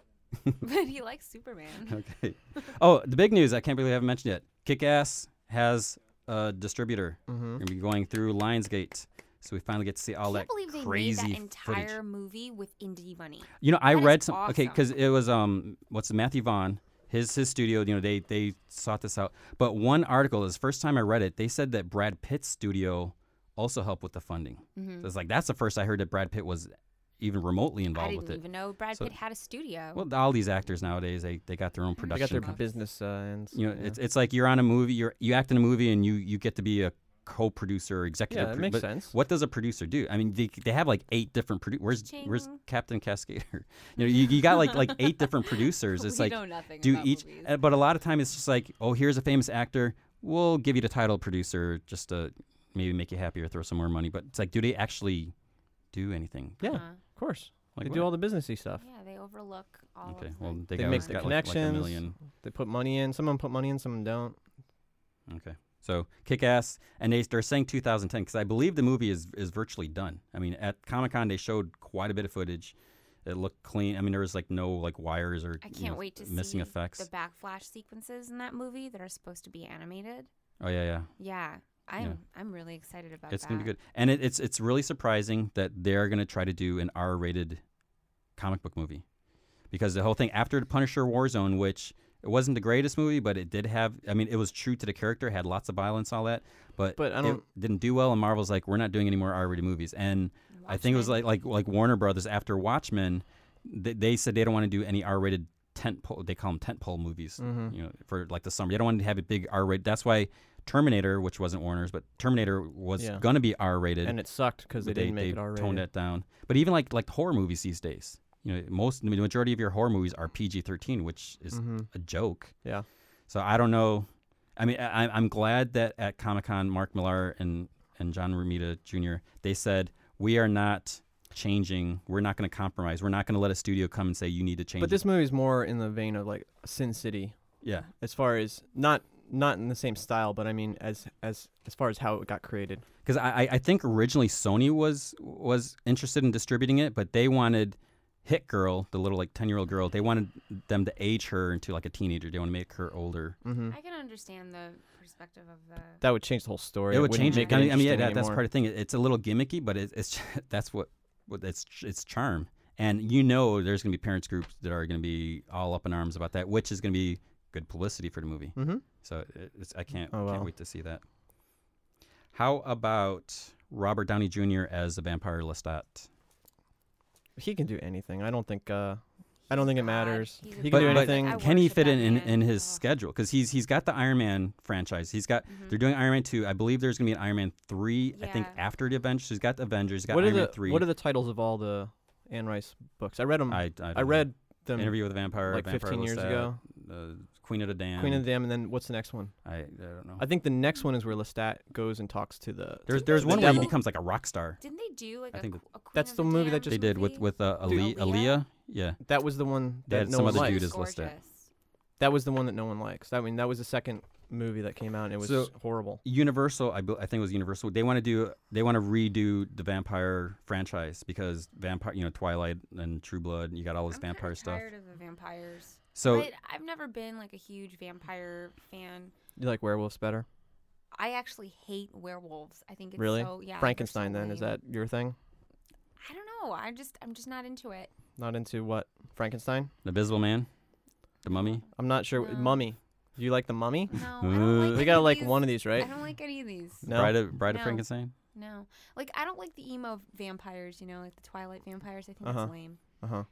Speaker 2: but he likes Superman.
Speaker 1: Okay. oh, the big news! I can't believe I haven't mentioned it. Kick Ass has a distributor.
Speaker 3: Mm-hmm.
Speaker 1: We're gonna be going through Lionsgate, so we finally get to see all
Speaker 2: I can't believe
Speaker 1: that
Speaker 2: they
Speaker 1: crazy
Speaker 2: made that entire
Speaker 1: footage.
Speaker 2: movie with indie money.
Speaker 1: You know, I
Speaker 2: That is
Speaker 1: read some okay
Speaker 2: awesome.
Speaker 1: because it was um what's it, Matthew Vaughn his his studio. You know, they they sought this out. But one article, this first time I read it, they said that Brad Pitt's studio also helped with the funding. So it's like that's the first I heard that Brad Pitt was even remotely
Speaker 2: Mm-hmm. Mm. I
Speaker 1: involved with
Speaker 2: didn't
Speaker 1: it.
Speaker 2: even know Brad
Speaker 1: So-
Speaker 2: Pitt had a studio.
Speaker 1: Well, all these actors nowadays they they got their own
Speaker 2: They
Speaker 3: They got
Speaker 1: production.
Speaker 3: their
Speaker 2: Production.
Speaker 3: business uh, ends.
Speaker 1: you know,
Speaker 3: yeah.
Speaker 1: it's it's like you're on a movie, you are you act in a movie, and you you get to be a co-producer, or
Speaker 3: yeah,
Speaker 1: executive.
Speaker 3: it
Speaker 1: pro-
Speaker 3: makes
Speaker 1: but
Speaker 3: sense.
Speaker 1: What does a producer do? I mean, they, they have like eight different producers. Where's where's
Speaker 2: Cha-ching.
Speaker 1: Captain Cascader? You know, you, you got like like eight different producers. It's
Speaker 2: we
Speaker 1: like
Speaker 2: know nothing
Speaker 1: do
Speaker 2: about
Speaker 1: each,
Speaker 2: movies.
Speaker 1: uh, but a lot of time it's just like, oh, here's a famous actor. We'll give you the title producer just to maybe make you happy or throw some more money. But it's like, do they actually do anything?
Speaker 3: Yeah,
Speaker 2: Uh-huh.
Speaker 3: of course.
Speaker 1: Like
Speaker 3: they
Speaker 1: what?
Speaker 3: do all the businessy stuff.
Speaker 2: Yeah, they overlook all
Speaker 1: Okay,
Speaker 2: of
Speaker 1: well
Speaker 2: them.
Speaker 1: they,
Speaker 3: They
Speaker 1: got,
Speaker 3: make the
Speaker 1: got like- like a
Speaker 3: connections.
Speaker 1: million.
Speaker 3: They put money in. Some of them put money in. Some of them don't.
Speaker 1: So kick ass, and they, they're saying 2010 because I believe the movie is is virtually done. I mean, at Comic Con they showed quite a bit of footage. It looked clean. I mean, there was like no like wires or
Speaker 2: I
Speaker 1: you
Speaker 2: can't
Speaker 1: know,
Speaker 2: wait to
Speaker 1: missing
Speaker 2: see
Speaker 1: effects.
Speaker 2: the backflash sequences in that movie that are supposed to be animated.
Speaker 1: oh yeah, yeah.
Speaker 2: Yeah, I'm I'm really excited about
Speaker 1: It's
Speaker 2: that.
Speaker 1: gonna be good, and it, it's it's really surprising that they're gonna try to do an R-rated comic book movie, because the whole thing after the Punisher Warzone, which it wasn't the greatest movie, but it did have. I mean, it was true to the character, had lots of violence, all that, but,
Speaker 3: But I
Speaker 1: it
Speaker 3: don't-
Speaker 1: didn't do well. And Marvel's like, we're not doing any more R-rated movies, and I think it was like
Speaker 2: Watchmen.
Speaker 1: like like Warner Brothers after Watchmen, they, they said they don't want to do any R-rated tent pole. They call them tent pole movies,
Speaker 3: Mhm.
Speaker 1: you know, for like the summer. They don't want to have a big R-rated. That's why Terminator, which wasn't Warner's, but Terminator was
Speaker 3: Yeah.
Speaker 1: gonna be R-rated
Speaker 3: And it sucked because they,
Speaker 1: but
Speaker 3: didn't make it R
Speaker 1: Toned that
Speaker 3: rated.
Speaker 1: down. But even like like horror movies these days, you know, most the majority of your horror movies are PG thirteen, which is
Speaker 3: Mm-hmm.
Speaker 1: a joke.
Speaker 3: Yeah.
Speaker 1: So I don't know. I mean, I, I'm- I'm glad that at Comic Con, Mark Millar and and John Romita Jr. they said we are not changing. We're not going to compromise. We're not going to let a studio come and say you need to change.
Speaker 3: But this
Speaker 1: it."
Speaker 3: movie is more in the vein of like Sin City,
Speaker 1: yeah,
Speaker 3: as far as not not in the same style, but I mean as as as far as how it got created.
Speaker 1: because I I- I think originally Sony was was interested in distributing it, but they wanted Hit Girl, the little like ten year old girl, they wanted them to age her into like a teenager. They want to make her older.
Speaker 3: Mm-hmm.
Speaker 2: I can understand the perspective of the.
Speaker 3: That would change the whole story.
Speaker 1: it would
Speaker 3: wouldn't
Speaker 1: change
Speaker 3: make
Speaker 1: it. I mean, I mean, yeah, that,
Speaker 3: interesting
Speaker 1: that's
Speaker 3: anymore.
Speaker 1: part of the thing. It- It's a little gimmicky, but it, it's that's what what it's it's charm. And you know, there's going to be parents groups that are going to be all up in arms about that, which is going to be good publicity for the movie.
Speaker 3: Mhm.
Speaker 1: So it, it's, I can't
Speaker 3: Oh,
Speaker 1: can't
Speaker 3: wow.
Speaker 1: wait to see that. How about Robert Downey Jr. as the vampire Lestat?
Speaker 3: He can do anything. I don't think. uh I don't think it
Speaker 2: God,
Speaker 3: matters.
Speaker 2: he's a
Speaker 3: He can
Speaker 1: But-
Speaker 3: do
Speaker 1: but
Speaker 3: anything.
Speaker 2: I
Speaker 1: Can he
Speaker 2: worship
Speaker 1: fit
Speaker 2: that
Speaker 1: in, in
Speaker 2: man. Oh.
Speaker 1: in his
Speaker 2: Ugh.
Speaker 1: schedule? Because he's he's got the Iron Man franchise. He's got
Speaker 2: mm-hmm.
Speaker 1: they're doing Iron Man two. I believe there's going to be an Iron Man three. I think
Speaker 2: Yeah.
Speaker 1: after the Avengers, he's got the Avengers. He's got
Speaker 3: what are
Speaker 1: Iron
Speaker 3: the
Speaker 1: Man three.
Speaker 3: What are the titles of all the Anne Rice books? I read them. I,
Speaker 1: I, I, don't know.
Speaker 3: read them.
Speaker 1: Interview with a Vampire,
Speaker 3: like
Speaker 1: Vampire
Speaker 3: 15 years
Speaker 1: Lestat,
Speaker 3: ago.
Speaker 1: uh, Queen of the Dam.
Speaker 3: Queen of the Dam, and then what's the next one?
Speaker 1: I, I don't know.
Speaker 3: I think the next one is where Lestat goes and talks to the.
Speaker 1: there's
Speaker 2: Didn't
Speaker 1: there's
Speaker 2: they
Speaker 1: one
Speaker 3: do-
Speaker 1: where he
Speaker 3: Devil.
Speaker 1: becomes like a rock star.
Speaker 2: Didn't they do like
Speaker 1: I
Speaker 2: a,
Speaker 1: think
Speaker 2: qu- a Queen
Speaker 3: that's
Speaker 2: of
Speaker 3: the movie
Speaker 2: Damned
Speaker 3: that just-
Speaker 1: They did with
Speaker 2: movie?
Speaker 1: with uh, Ali,
Speaker 2: Dude.
Speaker 1: Aaliyah. Yeah,
Speaker 3: that was the one
Speaker 1: They
Speaker 3: that
Speaker 1: had
Speaker 3: no
Speaker 1: some
Speaker 3: one
Speaker 1: other
Speaker 3: liked.
Speaker 1: dude is
Speaker 2: She's
Speaker 1: listed.
Speaker 2: gorgeous.
Speaker 3: That was the one that no one likes. I mean, that was the second movie that came out, and it was
Speaker 1: So-
Speaker 3: horrible.
Speaker 1: Universal. I, bel- I think it was Universal. They want to do they want to redo the vampire franchise because vampire, you know, Twilight and True Blood. You got all this
Speaker 2: I'm kinda
Speaker 1: vampire stuff.
Speaker 2: tired of the vampires.
Speaker 1: So
Speaker 2: but I've never been like a huge vampire fan.
Speaker 3: You like werewolves better?
Speaker 2: I actually hate werewolves. I think it's
Speaker 3: Really?
Speaker 2: so yeah. they're so
Speaker 3: Frankenstein, then is
Speaker 2: lame.
Speaker 3: that your thing?
Speaker 2: I don't know. I just I'm just not into it.
Speaker 3: Not into what Frankenstein?
Speaker 1: the Invisible Man, the Mummy.
Speaker 3: I'm not sure.
Speaker 2: No.
Speaker 3: Mummy. Do you like the Mummy?
Speaker 2: No, I don't like
Speaker 1: We
Speaker 2: any
Speaker 3: We
Speaker 2: of
Speaker 3: got like
Speaker 2: these-
Speaker 3: one of these, right?
Speaker 2: I don't like any of these.
Speaker 3: No.
Speaker 1: Bride of Bride of
Speaker 2: No.
Speaker 1: Frankenstein.
Speaker 2: No, like I don't like the emo vampires. You know, like the Twilight vampires. I think
Speaker 3: Uh-huh.
Speaker 2: that's lame.
Speaker 3: Uh huh.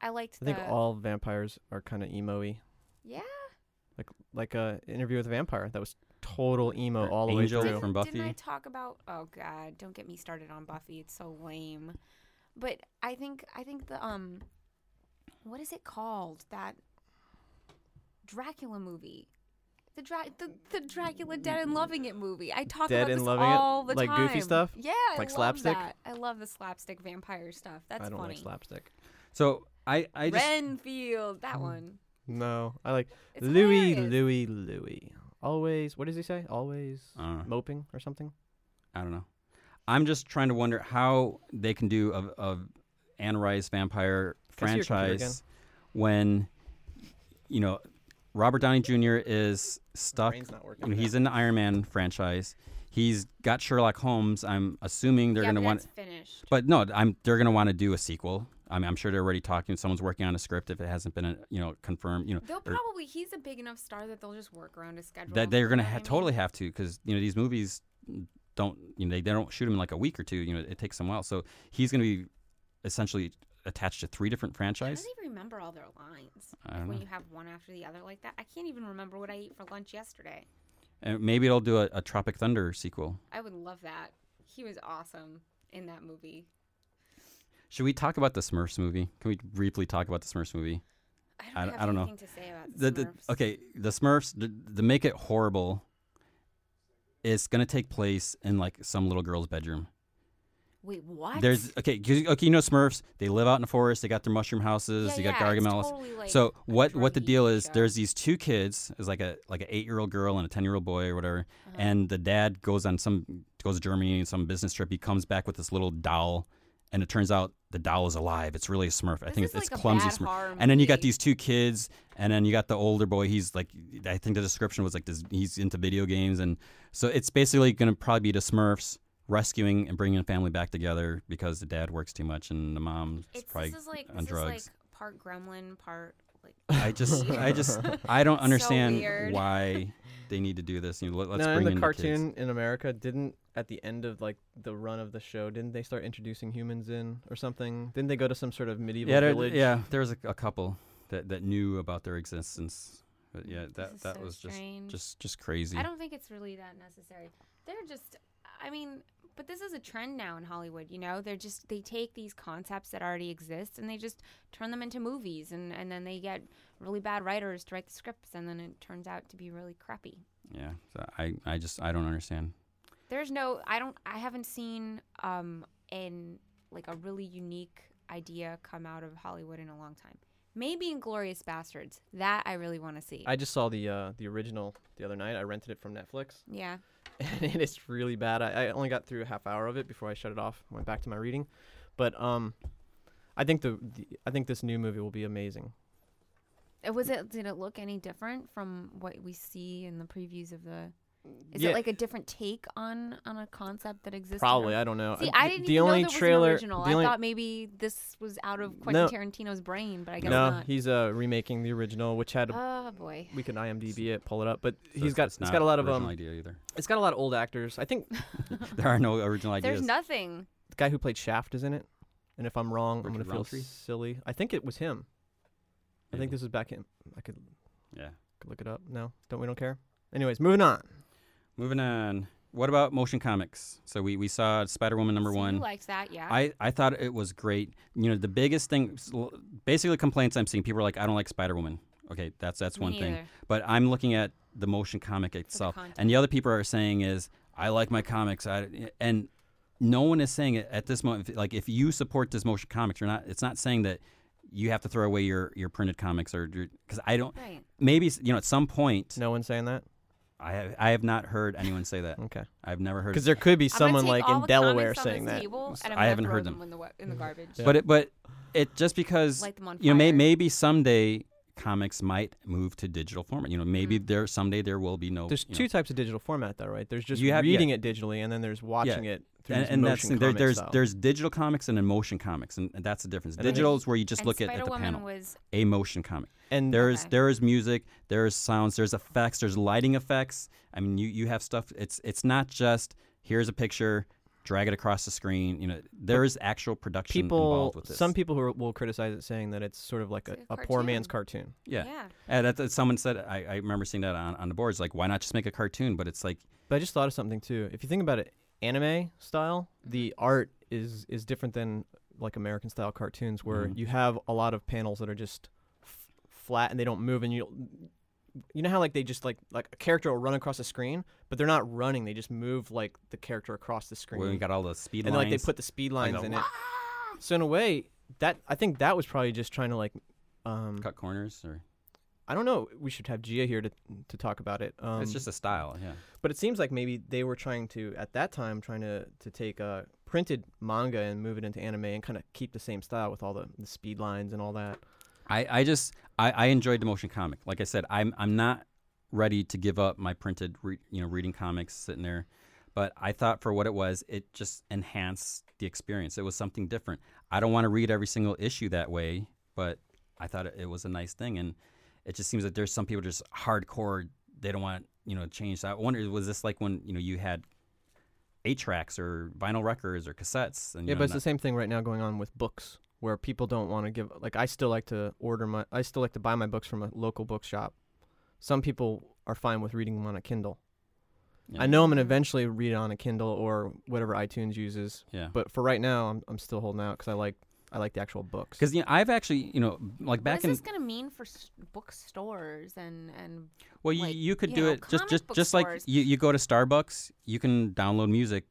Speaker 2: I liked
Speaker 3: I
Speaker 2: the
Speaker 3: think all vampires are kind of emo-y.
Speaker 2: yeah.
Speaker 3: Like a interview with a vampire that was total emo
Speaker 1: Or
Speaker 3: all the
Speaker 1: Angel
Speaker 3: way through.
Speaker 1: Joe from
Speaker 2: Didn't I
Speaker 1: Buffy.
Speaker 2: talk about? Oh God, don't get me started on Buffy. It's so lame. But I think I think the um what is it called? That Dracula movie. The, Dra- the, the Dracula Dead and Loving It movie. I talk
Speaker 3: Dead
Speaker 2: about
Speaker 3: and
Speaker 2: this
Speaker 3: Loving It?
Speaker 2: all the
Speaker 3: Like
Speaker 2: time.
Speaker 3: goofy stuff?
Speaker 2: Yeah, I
Speaker 3: Like
Speaker 2: love
Speaker 3: slapstick?
Speaker 2: that. I love the slapstick vampire stuff. That's
Speaker 3: I don't
Speaker 2: funny.
Speaker 3: like slapstick.
Speaker 1: So I I just
Speaker 2: Renfield, that one.
Speaker 3: No, I like
Speaker 2: It's
Speaker 3: Louis,
Speaker 2: hilarious.
Speaker 3: Louis, Louis. Always. What does he say? Always
Speaker 1: I don't know.
Speaker 3: moping or something.
Speaker 1: I don't know. I'm just trying to wonder how they can do a, a Anne Rice vampire
Speaker 3: Can I see your computer again?
Speaker 1: franchise when you know Robert Downey Jr. is stuck.
Speaker 3: brain's not working
Speaker 1: you know,
Speaker 3: right
Speaker 1: he's in the Iron Man franchise. He's got Sherlock Holmes. I'm assuming they're
Speaker 2: yeah,
Speaker 1: gonna
Speaker 2: but
Speaker 1: want,
Speaker 2: that's finished.
Speaker 1: but no, I'm they're gonna want to do a sequel. I mean, I'm sure they're already talking. Someone's working on a script if it hasn't been, a, you know, confirmed. You know,
Speaker 2: They'll
Speaker 1: or-
Speaker 3: er
Speaker 2: probably he's a big enough star that they'll just work around his schedule.
Speaker 1: that they're
Speaker 2: you
Speaker 1: going to
Speaker 2: know
Speaker 1: ha-
Speaker 2: what I mean?
Speaker 1: totally have to because you know these movies don't you know they, they don't shoot them in like a week or two. You know it takes them a while, so he's going to be essentially attached to three different
Speaker 2: How do
Speaker 1: franchises.
Speaker 2: they remember all their lines?
Speaker 1: I
Speaker 2: Like
Speaker 1: don't
Speaker 2: when
Speaker 1: know.
Speaker 2: you have one after the other like that, I can't even remember what I ate for lunch yesterday.
Speaker 1: And maybe it'll do a, a Tropic Thunder sequel.
Speaker 2: I would love that. He was awesome in that movie.
Speaker 1: Should we talk about the Smurfs movie? Can we briefly talk about the Smurfs movie?
Speaker 2: I
Speaker 1: I
Speaker 2: don't
Speaker 1: d-
Speaker 2: have
Speaker 1: I don't know.
Speaker 2: anything to say about
Speaker 1: The,
Speaker 2: the,
Speaker 1: the,
Speaker 2: Smurfs.
Speaker 1: okay, the Smurfs the, the make it horrible. It's going to take place in like some little girl's bedroom.
Speaker 2: Wait, what?
Speaker 1: There's okay, 'cause- okay, you know Smurfs. They live out in the forest. They got their mushroom houses.
Speaker 2: Yeah,
Speaker 1: you got
Speaker 2: yeah, it's
Speaker 1: Gargamel's.
Speaker 2: totally like
Speaker 1: so
Speaker 2: a
Speaker 1: what what the
Speaker 2: druggy
Speaker 1: deal is?
Speaker 2: show.
Speaker 1: There's these two kids. It's like a like an eight year old girl and a ten year old boy or whatever.
Speaker 2: Uh-huh.
Speaker 1: And the dad goes on some goes to Germany on some business trip. He comes back with this little doll, and it turns out the doll is alive. It's really a Smurf. I
Speaker 2: This
Speaker 1: think
Speaker 2: is
Speaker 1: it's
Speaker 2: like a
Speaker 1: clumsy
Speaker 2: bad
Speaker 1: Smurf.
Speaker 2: horror
Speaker 1: And then you got
Speaker 2: movie.
Speaker 1: these two kids, and then you got the older boy. He's like, I think the description was like this. He's into video games, and so it's basically going to probably be the Smurfs rescuing and bringing the family back together because the dad works too much and the mom's
Speaker 2: it's,
Speaker 1: probably
Speaker 2: this is like
Speaker 1: on
Speaker 2: this
Speaker 1: drugs.
Speaker 2: is like part gremlin, part like
Speaker 1: I just, I just, I don't
Speaker 2: So
Speaker 1: understand
Speaker 2: weird.
Speaker 1: why they need to do this. You know, let, us bring
Speaker 3: no, and
Speaker 1: in
Speaker 3: the
Speaker 1: kids.
Speaker 3: cartoon in America didn't at the end of like the run of the show didn't they start introducing humans in or something? Didn't they go to some sort of medieval
Speaker 1: Yeah, there,
Speaker 3: village?
Speaker 1: yeah, there was a, a couple that, that knew about their existence, but yeah,
Speaker 2: This
Speaker 1: that
Speaker 2: is
Speaker 1: that
Speaker 2: so
Speaker 1: was just
Speaker 2: strange.
Speaker 1: just just crazy.
Speaker 2: I don't think it's really that necessary. They're just, I mean, but this is a trend now in Hollywood. You know, they're just they take these concepts that already exist and they just turn them into movies, and and then they get really bad writers to write the scripts, and then it turns out to be really crappy.
Speaker 1: Yeah, so I, I just, I don't understand.
Speaker 2: There's no, I don't, I haven't seen um an like a really unique idea come out of Hollywood in a long time. Maybe Inglorious Bastards. That I really want to see.
Speaker 3: I just saw the uh, the original the other night. I rented it from Netflix,
Speaker 2: yeah.
Speaker 3: and it's really bad. I, I only got through a half hour of it before I shut it off. Went back to my reading, but um, I think the, the I think this new movie will be amazing.
Speaker 2: Uh, Was it? Did it look any different from what we see in the previews of the? Is
Speaker 3: Yeah.
Speaker 2: it like a different take on on a concept that exists?
Speaker 3: Probably, I don't know.
Speaker 2: See,
Speaker 3: Uh,
Speaker 2: I
Speaker 3: th-
Speaker 2: didn't
Speaker 3: the
Speaker 2: even
Speaker 3: only
Speaker 2: know there
Speaker 3: trailer,
Speaker 2: was an original.
Speaker 3: The only,
Speaker 2: I thought maybe this was out of Quentin
Speaker 3: No.
Speaker 2: Tarantino's brain, but I guess
Speaker 3: no,
Speaker 2: not.
Speaker 3: he's uh remaking the original, which had a,
Speaker 2: Oh boy,
Speaker 3: we can IMDb it, pull it up, but
Speaker 1: So
Speaker 3: he's got
Speaker 1: it's
Speaker 3: it's
Speaker 1: not
Speaker 3: got a lot of
Speaker 1: original
Speaker 3: um
Speaker 1: idea either.
Speaker 3: It's got a lot of old actors. I think
Speaker 1: There are no original ideas.
Speaker 2: there's nothing.
Speaker 3: the guy who played Shaft is in it. And if I'm wrong, I'm
Speaker 1: Richard
Speaker 3: gonna feel
Speaker 1: Roundtree?
Speaker 3: silly. I think it was him. I
Speaker 1: Maybe.
Speaker 3: think this is back him. I could,
Speaker 1: Yeah.
Speaker 3: could look it up. No, don't we don't care. Anyways, moving on.
Speaker 1: Moving on. What about motion comics? So we we saw Spider Woman number
Speaker 2: So
Speaker 1: one.
Speaker 2: You liked that, yeah?
Speaker 1: I, I thought it was great. You know, the biggest thing, s- l- basically, complaints I'm seeing people are like, I don't like Spider Woman. Okay, that's that's
Speaker 2: Me
Speaker 1: one thing.
Speaker 2: neither.
Speaker 1: But I'm looking at the motion comic itself,
Speaker 2: content.
Speaker 1: and the other people are saying is, I like my comics. I, and no one is saying it at this moment. If- Like, if you support this motion comics, you're not. It's not saying that you have to throw away your your printed comics or because I don't.
Speaker 2: right.
Speaker 1: Maybe s- you know at some point
Speaker 3: No one's saying that.
Speaker 1: I have I have not heard anyone say that.
Speaker 3: Okay.
Speaker 1: I've never heard.
Speaker 3: Because there could be
Speaker 2: I'm gonna
Speaker 3: someone
Speaker 2: take
Speaker 3: like
Speaker 2: all
Speaker 3: in
Speaker 2: the
Speaker 3: Delaware
Speaker 2: comments on
Speaker 3: saying
Speaker 2: this
Speaker 3: that.
Speaker 2: Table, and I'm
Speaker 1: I
Speaker 2: gonna
Speaker 1: haven't
Speaker 2: throw
Speaker 1: heard them. Mm-hmm.
Speaker 2: in the, wa- in the garbage.
Speaker 3: Yeah.
Speaker 1: But it, but it just because
Speaker 2: Light them on
Speaker 1: you know may,
Speaker 2: fire.
Speaker 1: maybe someday comics might move to digital format. You know maybe there someday there will be no.
Speaker 3: There's
Speaker 1: you know,
Speaker 3: two types of digital format though, right? There's just
Speaker 1: You have- yeah.
Speaker 3: reading it digitally, and then there's watching it through
Speaker 1: and,
Speaker 3: this
Speaker 1: and that's
Speaker 3: motion
Speaker 1: there,
Speaker 3: comic
Speaker 1: there's
Speaker 3: style.
Speaker 1: there's digital comics and emotion comics, and, and that's the difference.
Speaker 3: And I think-
Speaker 1: digital is where you just
Speaker 2: and
Speaker 1: look at,
Speaker 2: Spider
Speaker 1: at the
Speaker 2: Woman
Speaker 1: panel,
Speaker 2: was Mm,
Speaker 1: a motion comic.
Speaker 3: and
Speaker 1: There is
Speaker 2: Okay.
Speaker 1: there is music, there is sounds, there's effects, there's lighting effects. I mean, you you have stuff. It's it's not just here's a picture, drag it across the screen. You know, there is actual production
Speaker 3: people,
Speaker 1: involved with this.
Speaker 3: some people who are, will criticize it, saying that it's sort of like a,
Speaker 2: It's
Speaker 3: a,
Speaker 2: a
Speaker 3: poor man's cartoon.
Speaker 1: yeah.
Speaker 2: yeah.
Speaker 1: And that, that someone said I, I remember seeing that on, on the boards. Like, why not just make a cartoon? But it's like
Speaker 3: But I just
Speaker 1: Mm-hmm.
Speaker 3: thought of something too. If you think about it, anime style, the art is is different than like American style cartoons where
Speaker 1: Mhm.
Speaker 3: you have a lot of panels that are just f- flat and they don't move and you you know how like they just like like a character will run across the screen but they're not running they just move like the character across the screen
Speaker 1: Where we got all those speed
Speaker 3: and
Speaker 1: lines.
Speaker 3: like they put the speed
Speaker 1: Like
Speaker 3: lines
Speaker 1: the
Speaker 3: in it so in a way that I think that was probably just trying to like um
Speaker 1: cut corners, or
Speaker 3: I don't know we should have Gia here to to talk about it um
Speaker 1: it's just a style. Yeah,
Speaker 3: but it seems like maybe they were trying to at that time trying to to take uh, printed manga and move it into anime and kind of keep the same style with all the, the speed lines and all that.
Speaker 1: I, I just I, I enjoyed the motion comic. Like I said, I'm I'm not ready to give up my printed re, you know reading comics sitting there, but I thought for what it was, it just enhanced the experience. It was something different. I don't want to read every single issue that way, but I thought it, it was a nice thing, and it just seems that there's some people just hardcore. They don't want you know change. So I wonder was this like when you know you had eight tracks or vinyl records or cassettes? And, you
Speaker 3: yeah,
Speaker 1: know,
Speaker 3: but it's
Speaker 1: not-
Speaker 3: the same thing right now going on with books where people don't want to give like I still like to order my I still like to buy my books from a local bookshop. Some people are fine with reading them on a Kindle.
Speaker 1: Yeah.
Speaker 3: I know I'm gonna eventually read it on a Kindle or whatever iTunes uses,
Speaker 1: yeah.
Speaker 3: but for right now I'm I'm still holding out because I like I like the actual books.
Speaker 1: Because you know, I've actually, you know, like
Speaker 2: What is
Speaker 1: back in
Speaker 2: this gonna mean for s- bookstores and and
Speaker 1: Well, you,
Speaker 2: like,
Speaker 1: you could
Speaker 2: you
Speaker 1: do
Speaker 2: know,
Speaker 1: it just
Speaker 2: comic
Speaker 1: just
Speaker 2: book
Speaker 1: just like
Speaker 2: stores.
Speaker 1: you, you go to Starbucks, you can download music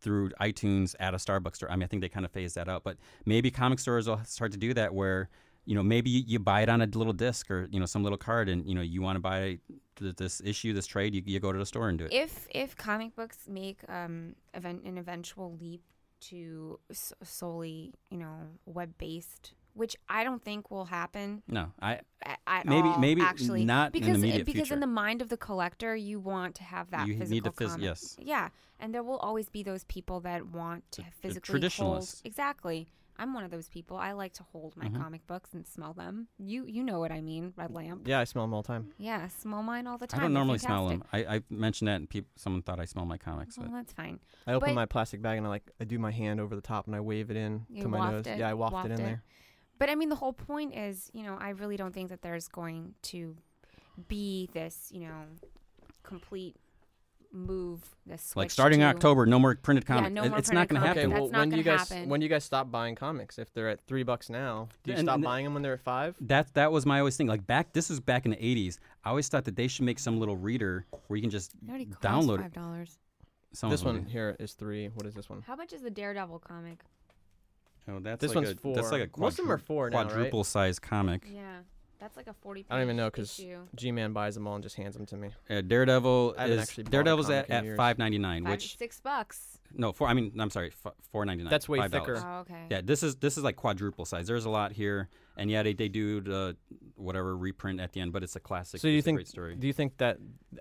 Speaker 1: through iTunes at a Starbucks store. I mean, I think they kind of phased that out, but maybe comic stores will start to do that where you know maybe you, you buy it on a little disc or you know some little card, and you know you want to buy th- this issue, this trade, you, you go to the store and do it.
Speaker 2: if if comic books make um event an eventual leap to s- solely you know web based which i don't think will happen
Speaker 1: no, I
Speaker 2: a- at
Speaker 1: Maybe-
Speaker 2: all,
Speaker 1: maybe
Speaker 2: actually
Speaker 1: not in the
Speaker 2: because it-
Speaker 1: immediate
Speaker 2: because
Speaker 1: future.
Speaker 2: in the mind of the collector you want to have that
Speaker 1: You need
Speaker 2: physical
Speaker 1: the phys-
Speaker 2: comic.
Speaker 1: yes.
Speaker 2: yeah and there will always be those people that want to physically hold
Speaker 1: traditionalists. Mm-hmm.
Speaker 2: exactly i'm one of those people i like to hold my comic books and smell them you you know what i mean red lamp
Speaker 3: yeah, I smell them all the time.
Speaker 2: yeah smell mine all the
Speaker 1: I
Speaker 2: time
Speaker 1: don't
Speaker 2: They're
Speaker 1: normally smell
Speaker 2: fantastic.
Speaker 1: them. I, I mentioned that, and people someone thought I smell my comics, but
Speaker 2: well, that's fine
Speaker 3: I open
Speaker 2: But-
Speaker 3: my plastic bag and I like I do my hand over the top and I wave it in
Speaker 2: You
Speaker 3: to my
Speaker 2: waft
Speaker 3: nose.
Speaker 2: it,
Speaker 3: Yeah, I waft, it
Speaker 2: waft
Speaker 3: in
Speaker 2: it.
Speaker 3: there.
Speaker 2: But I mean, the whole point is, you know, I really don't think that there's going to be this, you know, complete move. This
Speaker 1: like
Speaker 2: switch
Speaker 1: starting in
Speaker 2: to-
Speaker 1: October, no more printed
Speaker 2: Mm-hmm. Yeah,
Speaker 1: comics.
Speaker 2: no
Speaker 1: It-
Speaker 2: more
Speaker 1: it's not
Speaker 2: printed
Speaker 1: going to
Speaker 2: comics.
Speaker 1: happen.
Speaker 2: That's
Speaker 3: Okay, well,
Speaker 2: not
Speaker 3: when do you
Speaker 2: gonna
Speaker 3: guys
Speaker 2: happen.
Speaker 3: when do you guys stop buying comics? If they're at three bucks now, do you
Speaker 1: And-
Speaker 3: stop
Speaker 1: and-
Speaker 3: buying them when they're at five?
Speaker 1: That that was my always thing. Like back, this was back in the '80s. I always thought that they should make some little reader where you can just
Speaker 2: It already cost
Speaker 1: download it.
Speaker 2: five dollars.
Speaker 1: Some
Speaker 3: this
Speaker 1: of them
Speaker 3: one
Speaker 1: do.
Speaker 3: here is three. What is this one?
Speaker 2: How much is the Daredevil comic?
Speaker 1: Oh, that's
Speaker 3: This
Speaker 1: like
Speaker 3: one's
Speaker 1: a,
Speaker 3: four.
Speaker 1: That's like a
Speaker 3: Most of them are
Speaker 1: quadru-
Speaker 3: four now, right?
Speaker 1: quadruple size comic.
Speaker 2: Yeah, that's like a forty.
Speaker 3: I don't even
Speaker 2: page
Speaker 3: know because
Speaker 2: issue.
Speaker 3: G-Man buys them all and just hands them to me.
Speaker 1: Uh, Daredevil
Speaker 3: I haven't
Speaker 1: is
Speaker 3: actually bought a
Speaker 1: Daredevil's
Speaker 3: comic
Speaker 1: at,
Speaker 3: in
Speaker 1: at
Speaker 3: years.
Speaker 1: five ninety nine,
Speaker 2: Five,
Speaker 1: which
Speaker 2: six bucks.
Speaker 1: no four. I mean, I'm sorry, f- four ninety nine.
Speaker 3: That's way
Speaker 1: $5.
Speaker 3: thicker.
Speaker 2: Oh, okay.
Speaker 1: Yeah, this is this is like quadruple size. There's a lot here, and yeah, they, they do the whatever reprint at the end, but it's a classic.
Speaker 3: So do you
Speaker 1: it's a
Speaker 3: think
Speaker 1: great story?
Speaker 3: do you think that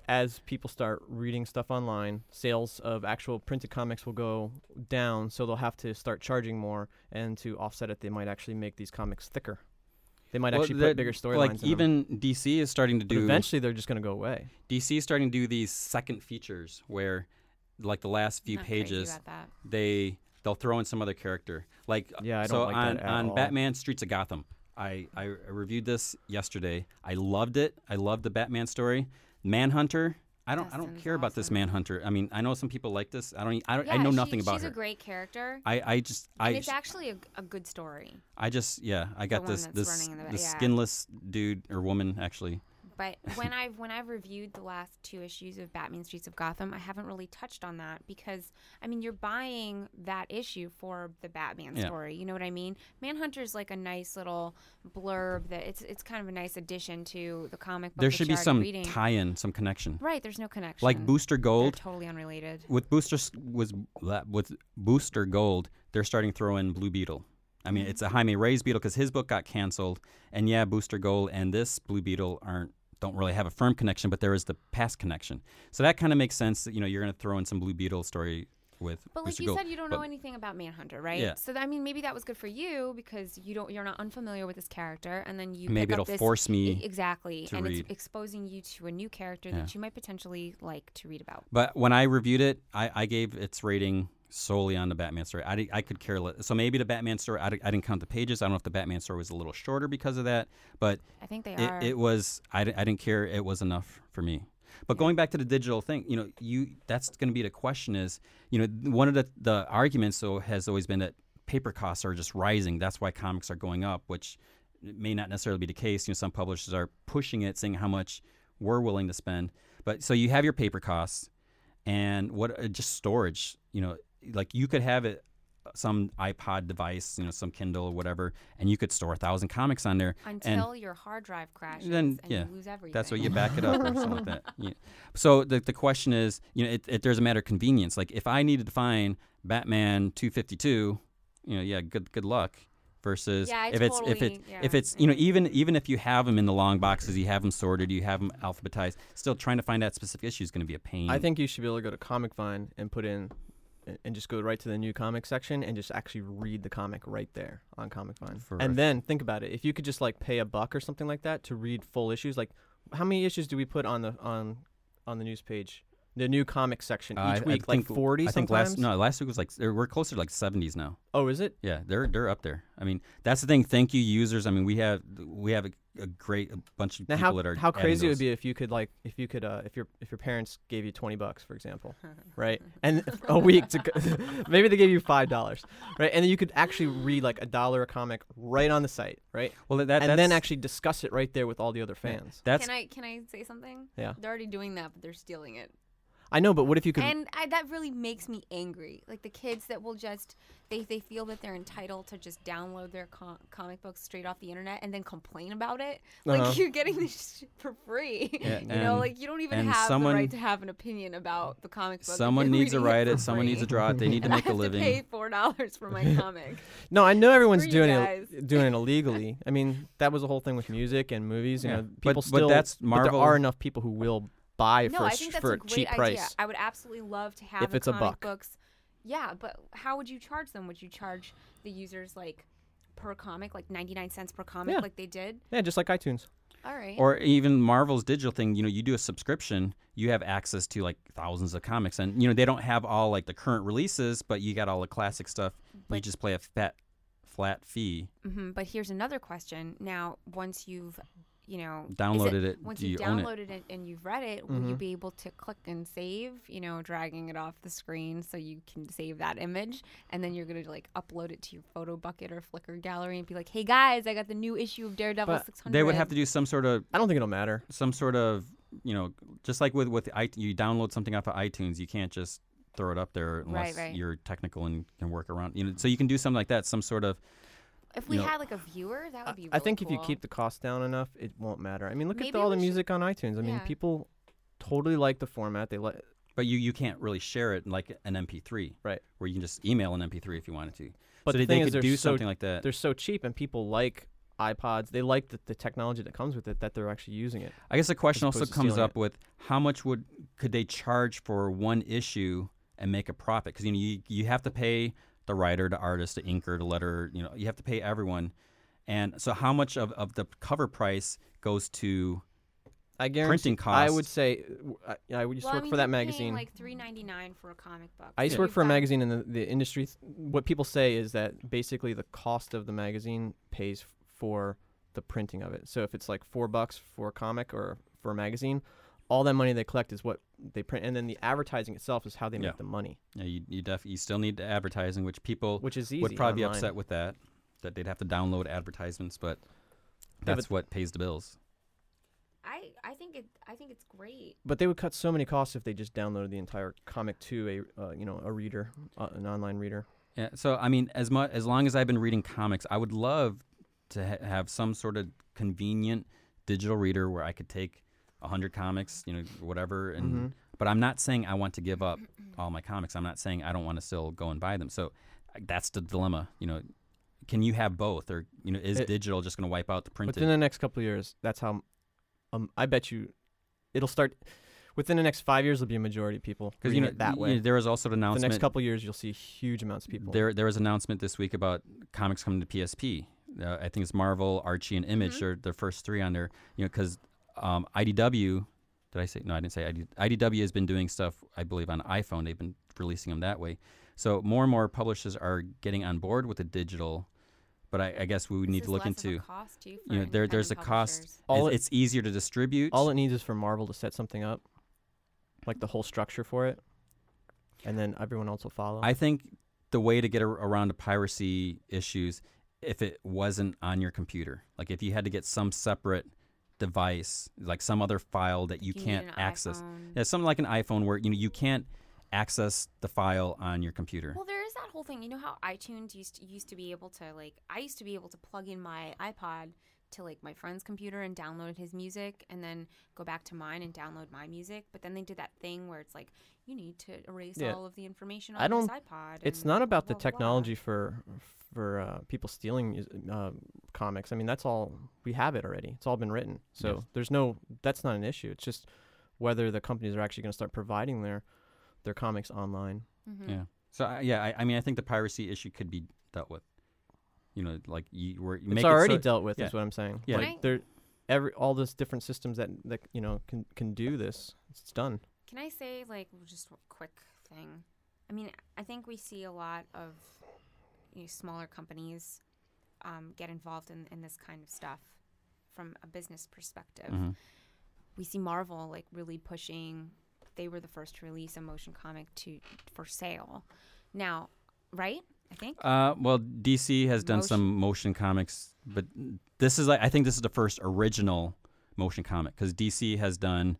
Speaker 3: as people start reading stuff online, sales of actual printed comics will go down, so they'll have to start charging more, and to offset it, they might actually make these comics thicker. They might
Speaker 1: Well,
Speaker 3: actually
Speaker 1: that-
Speaker 3: put bigger storylines. in
Speaker 1: Like
Speaker 3: them.
Speaker 1: even DC is starting to
Speaker 3: But
Speaker 1: do.
Speaker 3: eventually they're just going to go away.
Speaker 1: DC is starting to do these second features where, like the last few
Speaker 2: Not crazy
Speaker 1: pages,
Speaker 2: about that.
Speaker 1: they they'll throw in some other character. Like
Speaker 3: Yeah, I
Speaker 1: so
Speaker 3: don't like
Speaker 1: on
Speaker 3: that at
Speaker 1: on
Speaker 3: all.
Speaker 1: Batman Streets of Gotham. I, I reviewed this yesterday. I loved it. I loved the Batman story. Manhunter. I don't I don't
Speaker 2: Dustin's
Speaker 1: care about this
Speaker 2: awesome.
Speaker 1: Manhunter. I mean, I know some people like this. I don't e, I don't I
Speaker 2: Yeah,
Speaker 1: know
Speaker 2: she-
Speaker 1: nothing about
Speaker 2: She's
Speaker 1: her.
Speaker 2: a great character.
Speaker 1: I I just
Speaker 2: and
Speaker 1: I
Speaker 2: it's actually a, a good story,
Speaker 1: I just yeah, I got
Speaker 2: one
Speaker 1: this
Speaker 2: that's
Speaker 1: this
Speaker 2: running in the ba-
Speaker 1: this
Speaker 2: yeah.
Speaker 1: skinless dude or woman actually.
Speaker 2: but when I've when I've reviewed the last two issues of Batman: Streets of Gotham, I haven't really touched on that because I mean you're buying that issue for the Batman
Speaker 1: Yeah.
Speaker 2: story. You know what I mean? Manhunter's like a nice little blurb that it's it's kind of a nice addition to the comic book.
Speaker 1: There
Speaker 2: that
Speaker 1: should be
Speaker 2: you're already
Speaker 1: some
Speaker 2: reading.
Speaker 1: tie-in, some connection.
Speaker 2: Right, there's no connection.
Speaker 1: Like Booster
Speaker 2: They're
Speaker 1: Gold,
Speaker 2: totally unrelated.
Speaker 1: with booster s- was blah, with booster gold they're starting to throw in blue beetle i mean it's a jaime reyes beetle because his book got canceled and yeah booster gold and this blue beetle aren't don't really have a firm connection but there is the past connection so that kind of makes sense that you know you're going to throw in some blue beetle story with
Speaker 2: But like
Speaker 1: booster
Speaker 2: you
Speaker 1: gold
Speaker 2: said, you don't
Speaker 1: But
Speaker 2: know anything about Manhunter, right?
Speaker 1: Yeah.
Speaker 2: So I mean, maybe that was good for you because you don't you're not unfamiliar with this character, and then you pick
Speaker 1: maybe
Speaker 2: up
Speaker 1: it'll
Speaker 2: this-
Speaker 1: force me
Speaker 2: E- exactly
Speaker 1: to
Speaker 2: and
Speaker 1: read.
Speaker 2: it's exposing you to a new character
Speaker 1: Yeah.
Speaker 2: that you might potentially like to read about
Speaker 1: But when I reviewed it, I, I gave its rating solely on the Batman story. I, di- I could care less. So maybe the Batman story, I, di- I didn't count the pages. I don't know if the Batman story was a little shorter because of that, but
Speaker 2: i think they
Speaker 1: it,
Speaker 2: are
Speaker 1: it was, I, di- I didn't care. It was enough for me. But going back to the digital thing, you know, you that's going to be the question is, you know, one of the, the arguments so has always been that paper costs are just rising. That's why comics are going up, which may not necessarily be the case. You know, some publishers are pushing it, saying how much we're willing to spend. But so you have your paper costs, and what uh, just storage. You know, like you could have it uh, some iPod device, you know, some Kindle or whatever, and you could store a thousand comics on there.
Speaker 2: until your hard drive crashes
Speaker 1: Then,
Speaker 2: and
Speaker 1: yeah,
Speaker 2: you lose everything.
Speaker 1: That's what you back it up or something like that. Yeah. So the, the question is, you know, it, it, there's a matter of convenience. Like if I needed to find Batman 252, you know, yeah, good good luck. Versus
Speaker 2: Yeah, I
Speaker 1: if it's if it
Speaker 2: totally- yeah.
Speaker 1: if it's you know even even if you have them in the long boxes, you have them sorted, you have them alphabetized. Still trying to find that specific issue is going to be a pain.
Speaker 3: I think you should be able to go to Comic Vine and put in a- and just go right to the new comic section and just actually read the comic right there on Comic Vine.
Speaker 1: For a-
Speaker 3: And then think about it. If you could just like pay a buck or something like that to read full issues, like how many issues do we put on the on on the news page? The new comic section
Speaker 1: Uh,
Speaker 3: each week, like
Speaker 1: I
Speaker 3: forty
Speaker 1: think
Speaker 3: sometimes.
Speaker 1: last no last week was like we're closer to like 70s now.
Speaker 3: Oh, is it?
Speaker 1: Yeah, they're they're up there. I mean, that's the thing. Thank you, users. I mean, we have we have a, a great a bunch of
Speaker 3: Now
Speaker 1: people
Speaker 3: how,
Speaker 1: that are
Speaker 3: how
Speaker 1: adding
Speaker 3: crazy it would
Speaker 1: those.
Speaker 3: be if you could like if you could uh, if your if your parents gave you twenty bucks for example, right? And a week to go- maybe they gave you five dollars, right? And then you could actually read like a dollar a comic right on the site, right?
Speaker 1: Well, that,
Speaker 3: and then
Speaker 1: that's-
Speaker 3: actually discuss it right there with all the other fans.
Speaker 1: that's
Speaker 2: can I can I say something?
Speaker 3: Yeah.
Speaker 2: They're already doing that, but they're stealing it.
Speaker 3: I know, but what if you could?
Speaker 2: And I, that really makes me angry. Like the kids that will just they they feel that they're entitled to just download their com- comic books straight off the internet and then complain about it. Like
Speaker 3: Uh-huh.
Speaker 2: you're getting this shit for free.
Speaker 1: Yeah,
Speaker 2: you know,
Speaker 1: and-
Speaker 2: like you don't even
Speaker 1: and
Speaker 2: have
Speaker 1: someone-
Speaker 2: the right to have an opinion about the comic book. if
Speaker 1: someone
Speaker 2: you're
Speaker 1: needs to
Speaker 2: reading
Speaker 1: write
Speaker 2: for
Speaker 1: it. Someone needs to
Speaker 2: free.
Speaker 1: draw it. They need to
Speaker 2: And I
Speaker 1: make a
Speaker 2: have
Speaker 1: living.
Speaker 2: To pay four dollars for my comic.
Speaker 3: no, I know everyone's
Speaker 2: you
Speaker 3: doing
Speaker 2: guys.
Speaker 3: it, doing it illegally. I mean, that was the whole thing with music and movies. You
Speaker 1: Yeah.
Speaker 3: know,
Speaker 1: But-
Speaker 3: people
Speaker 1: but
Speaker 3: still.
Speaker 1: that's
Speaker 3: there
Speaker 1: Marvel-
Speaker 3: are enough people who will buy
Speaker 2: no,
Speaker 3: for a,
Speaker 2: I
Speaker 3: sh-
Speaker 2: think that's a
Speaker 3: for a
Speaker 2: great
Speaker 3: cheap
Speaker 2: idea.
Speaker 3: price.
Speaker 2: I would absolutely love to have
Speaker 3: If
Speaker 2: the
Speaker 3: it's a
Speaker 2: comic
Speaker 3: buck.
Speaker 2: books. Yeah, but how would you charge them? Would you charge the users like per comic, like ninety nine cents per comic,
Speaker 3: Yeah.
Speaker 2: like they did?
Speaker 3: Yeah, just like iTunes.
Speaker 2: All right.
Speaker 1: or even Marvel's digital thing. You know, you do a subscription, you have access to like thousands of comics, and you know they don't have all like the current releases, but you got all the classic stuff. you
Speaker 2: But-
Speaker 1: just play a fat flat fee.
Speaker 2: hmm But here's another question. Now, once you've, you know, is
Speaker 1: Downloaded it,
Speaker 2: once
Speaker 1: do
Speaker 2: you've
Speaker 1: you own it?
Speaker 2: downloaded it? and you've read it, will
Speaker 3: Mm-hmm.
Speaker 2: you be able to click and save? You know, dragging it off the screen so you can save that image, and then you're gonna like upload it to your photo bucket or Flickr gallery and be like, "Hey guys, I got the new issue of Daredevil
Speaker 3: But
Speaker 2: 600."
Speaker 1: They would have to do some sort of
Speaker 3: I don't think it'll matter.
Speaker 1: some sort of you know just like with with i you download something off of iTunes, you can't just throw it up there unless
Speaker 2: right.
Speaker 1: you're technical and can work around. You know, so you can do something like that. Some sort of
Speaker 2: If we
Speaker 1: you know,
Speaker 2: had like a viewer, that would be.
Speaker 3: I
Speaker 2: really
Speaker 3: think if you
Speaker 2: cool.
Speaker 3: keep the cost down enough, it won't matter. I mean, look at
Speaker 2: Maybe
Speaker 3: the, all
Speaker 2: we
Speaker 3: the
Speaker 2: should-
Speaker 3: music on iTunes. I mean,
Speaker 2: Yeah.
Speaker 3: people totally like the format. They like
Speaker 1: But you, you can't really share it in like an MP3,
Speaker 3: Right.
Speaker 1: Where you can just email an MP3 if you wanted to.
Speaker 3: But
Speaker 1: so they,
Speaker 3: the
Speaker 1: they
Speaker 3: thing is
Speaker 1: could
Speaker 3: they're
Speaker 1: do
Speaker 3: so-
Speaker 1: something like that.
Speaker 3: they're so cheap, and people like iPods. They like the, the technology that comes with it that they're actually using it.
Speaker 1: I guess the question
Speaker 3: as
Speaker 1: also
Speaker 3: opposed to
Speaker 1: comes
Speaker 3: stealing
Speaker 1: up
Speaker 3: it.
Speaker 1: with how much would could they charge for one issue and make a profit? Because you know you, you have to pay the writer, the artist, the inker, the letterer. You know you have to pay everyone. And so how much of, of the cover price goes to?
Speaker 3: I guarantee.
Speaker 1: Printing
Speaker 3: I
Speaker 1: cost.
Speaker 3: would say, w- I, yeah, I would just
Speaker 2: Well, I
Speaker 3: work
Speaker 2: mean,
Speaker 3: for
Speaker 2: you're
Speaker 3: that
Speaker 2: paying,
Speaker 3: magazine.
Speaker 2: like three ninety nine for a comic book.
Speaker 3: I used
Speaker 2: so
Speaker 3: to work
Speaker 2: you've
Speaker 3: for a
Speaker 2: got-
Speaker 3: magazine, and the, the industry. th- What people say is that basically the cost of the magazine pays f- for the printing of it. So if it's like four bucks for a comic or for a magazine, all that money they collect is what they print, and then the advertising itself is how they
Speaker 1: Yeah.
Speaker 3: make the money,
Speaker 1: You know, you you, def, you still need the advertising, which people
Speaker 3: which is easy.
Speaker 1: would probably
Speaker 3: online.
Speaker 1: be upset with that, that they'd have to download advertisements, but
Speaker 3: but-
Speaker 1: that's what pays the bills.
Speaker 2: I I think it I think it's great.
Speaker 3: But they would cut so many costs if they just downloaded the entire comic to a uh, you know a reader, uh, an online reader.
Speaker 1: Yeah. So I mean, as much as long as I've been reading comics, I would love to ha- have some sort of convenient digital reader where I could take hundred comics, you know, whatever. And
Speaker 3: Mm-hmm.
Speaker 1: but I'm not saying I want to give up all my comics. I'm not saying I don't want to still go and buy them. So uh, that's the dilemma. You know, can you have both, or you know, is
Speaker 3: It-
Speaker 1: digital just going to wipe out the printed?
Speaker 3: Within the next couple of years, that's how. Um, I bet you, it'll start. Within the next five years, it'll be a majority of people
Speaker 1: Because you know
Speaker 3: reading it that
Speaker 1: y-
Speaker 3: way.
Speaker 1: y- there was also an
Speaker 3: the
Speaker 1: announcement.
Speaker 3: next couple of years, you'll see huge amounts of people.
Speaker 1: There, there was an announcement this week about comics coming to PSP. Uh, I think it's Marvel, Archie, and Image. They're the first three on there. You know, because um, IDW. Did I say no? I didn't say ID, IDW has been doing stuff. I believe on iPhone, they've been releasing them that way. So more and more publishers are getting on board with the digital. But I, I guess we would
Speaker 2: This
Speaker 1: need
Speaker 2: is
Speaker 1: to look
Speaker 2: less of a
Speaker 1: into.
Speaker 2: cost, too, for
Speaker 1: You know, there, there's a
Speaker 2: independent
Speaker 1: cost.
Speaker 2: publishers.
Speaker 3: All
Speaker 1: It's,
Speaker 3: it-
Speaker 1: it's easier to distribute.
Speaker 3: All it needs is for Marvel to set something up, like the whole structure for it, and then everyone else will follow.
Speaker 1: I think the way to get ar- around to piracy issues if it wasn't on your computer. Like if you had to get some separate device, like some other file that you,
Speaker 2: You need
Speaker 1: can't
Speaker 2: an
Speaker 1: access.
Speaker 2: iPhone.
Speaker 1: Yeah, something like an iPhone where you know you can't access the file on your computer.
Speaker 2: Well, there is that whole thing. You know how iTunes used to, used to be able to like I used to be able to plug in my iPod to like my friend's computer and download his music and then go back to mine and download my music, but then they did that thing where it's like you need to erase
Speaker 3: Yeah.
Speaker 2: all of the information on
Speaker 3: I
Speaker 2: this
Speaker 3: don't-
Speaker 2: iPod.
Speaker 3: It's
Speaker 2: and
Speaker 3: not about the
Speaker 2: blah, blah, blah."
Speaker 3: technology for for uh, people stealing music, uh, comics. I mean, that's all we have it already. It's all been written. So
Speaker 1: Yes.
Speaker 3: there's no that's not an issue. It's just whether the companies are actually going to start providing their their comics online.
Speaker 2: Mhm.
Speaker 1: Yeah. So I, yeah, I, I mean I think the piracy issue could be dealt with. You know, like you were
Speaker 3: It's already dealt with,
Speaker 1: yeah.
Speaker 3: is what I'm saying.
Speaker 1: Yeah.
Speaker 2: Right.
Speaker 3: Like there, every all those different systems that that you know can can do this. It's done.
Speaker 2: Can I say like just a quick thing? I mean, I think we see a lot of you know, smaller companies um, get involved in, in this kind of stuff from a business perspective.
Speaker 1: hmm
Speaker 2: we see Marvel like really pushing. They were the first to release a motion comic to for sale. Now, right? I think
Speaker 1: Uh, well, DC has done
Speaker 2: Motion-
Speaker 1: some motion comics, but this is like I think this is the first original motion comic because DC has done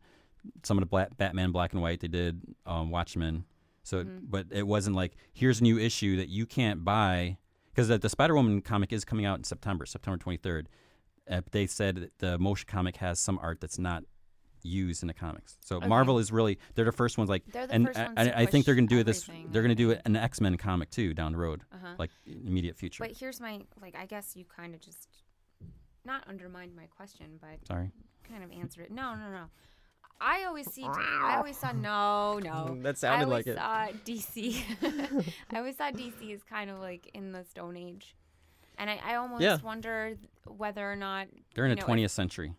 Speaker 1: some of the Black, Batman Black and White. They did um, Watchmen, so
Speaker 2: Mhm.
Speaker 1: but it wasn't like here's a new issue that you can't buy because the, the Spider Woman comic is coming out in September, September twenty third. Uh, but they said that the motion comic has some art that's not used in the comics. So
Speaker 2: Okay.
Speaker 1: Marvel is really they're the first ones like
Speaker 2: they're the
Speaker 1: and
Speaker 2: first
Speaker 1: I,
Speaker 2: ones.
Speaker 1: I,
Speaker 2: to
Speaker 1: I think they're
Speaker 2: push
Speaker 1: going to do this
Speaker 2: everything.
Speaker 1: they're going to do an X-Men comic too down the road
Speaker 2: Uh-huh.
Speaker 1: like immediate future.
Speaker 2: But here's my like. I guess you kind of just not undermined my question, but
Speaker 1: Sorry.
Speaker 2: kind of answered it. No, no, no. I always see. I always saw. No, no.
Speaker 3: Mm,
Speaker 2: Oh,
Speaker 3: That
Speaker 2: I
Speaker 3: sounded
Speaker 2: always
Speaker 3: like it.
Speaker 2: saw DC. I always saw DC as kind of like in the Stone Age, and I, I almost
Speaker 3: Yeah.
Speaker 2: wonder whether or not
Speaker 1: They're in
Speaker 2: you
Speaker 1: the
Speaker 2: know, if-
Speaker 1: 20th century.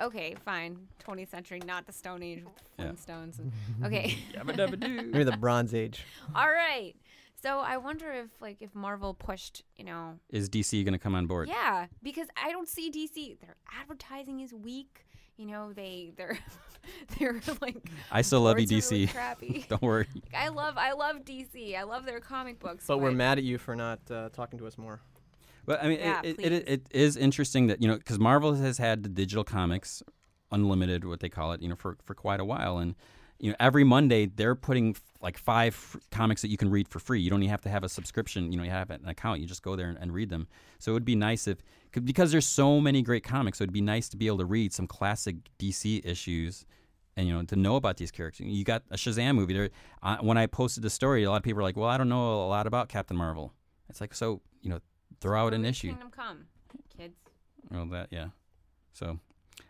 Speaker 2: Okay, fine. 20th century, not the Stone Age with the
Speaker 1: Yeah.
Speaker 2: Flintstones. And, okay.
Speaker 3: Maybe the Bronze Age.
Speaker 2: All right. So I wonder if like if Marvel pushed, you know,
Speaker 1: Is DC going to come on board?
Speaker 2: yeah, because I don't see DC. Their advertising is weak. You know, they they're they're like
Speaker 1: I still love you,
Speaker 2: boards are really
Speaker 1: DC.
Speaker 2: crappy.
Speaker 1: Don't worry.
Speaker 2: Like, I love I love DC. I love their comic books.
Speaker 3: But we're mad at you for not uh, talking to us more.
Speaker 1: But I mean,
Speaker 2: Yeah,
Speaker 1: it, it,
Speaker 2: please.
Speaker 1: it, it is interesting that, you know, because Marvel has had the digital comics, unlimited, what they call it, you know, for, for quite a while. And, you know, every Monday they're putting f- like five f- comics that you can read for free. You don't even have to have a subscription. You know, you have an account. You just go there and, and read them. So it would be nice if, 'cause- because there's so many great comics, it would be nice to be able to read some classic DC issues and you know to know about these characters. You got a Shazam movie. There, I, when I posted the story, a lot of people are like, "Well, I don't know a lot about Captain Marvel." It's like, so you know, throw out an issue.
Speaker 2: Kingdom Come, kids.
Speaker 1: Well, that yeah. So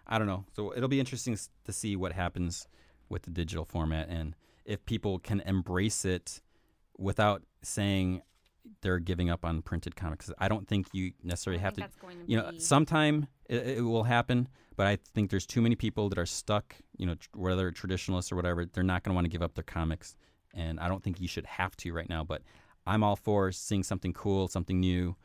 Speaker 1: I don't know. So it'll be interesting s- to see what happens with the digital format and if people can embrace it without saying they're giving up on printed comics. I don't think you
Speaker 2: I
Speaker 1: necessarily have
Speaker 2: think
Speaker 1: to
Speaker 2: that's going to
Speaker 1: you know
Speaker 2: be
Speaker 1: sometime it, it will happen but i think there's too many people that are stuck you know tr- whether traditionalists or whatever they're not going to want to give up their comics and i don't think you should have to right now but i'm all for seeing something cool something new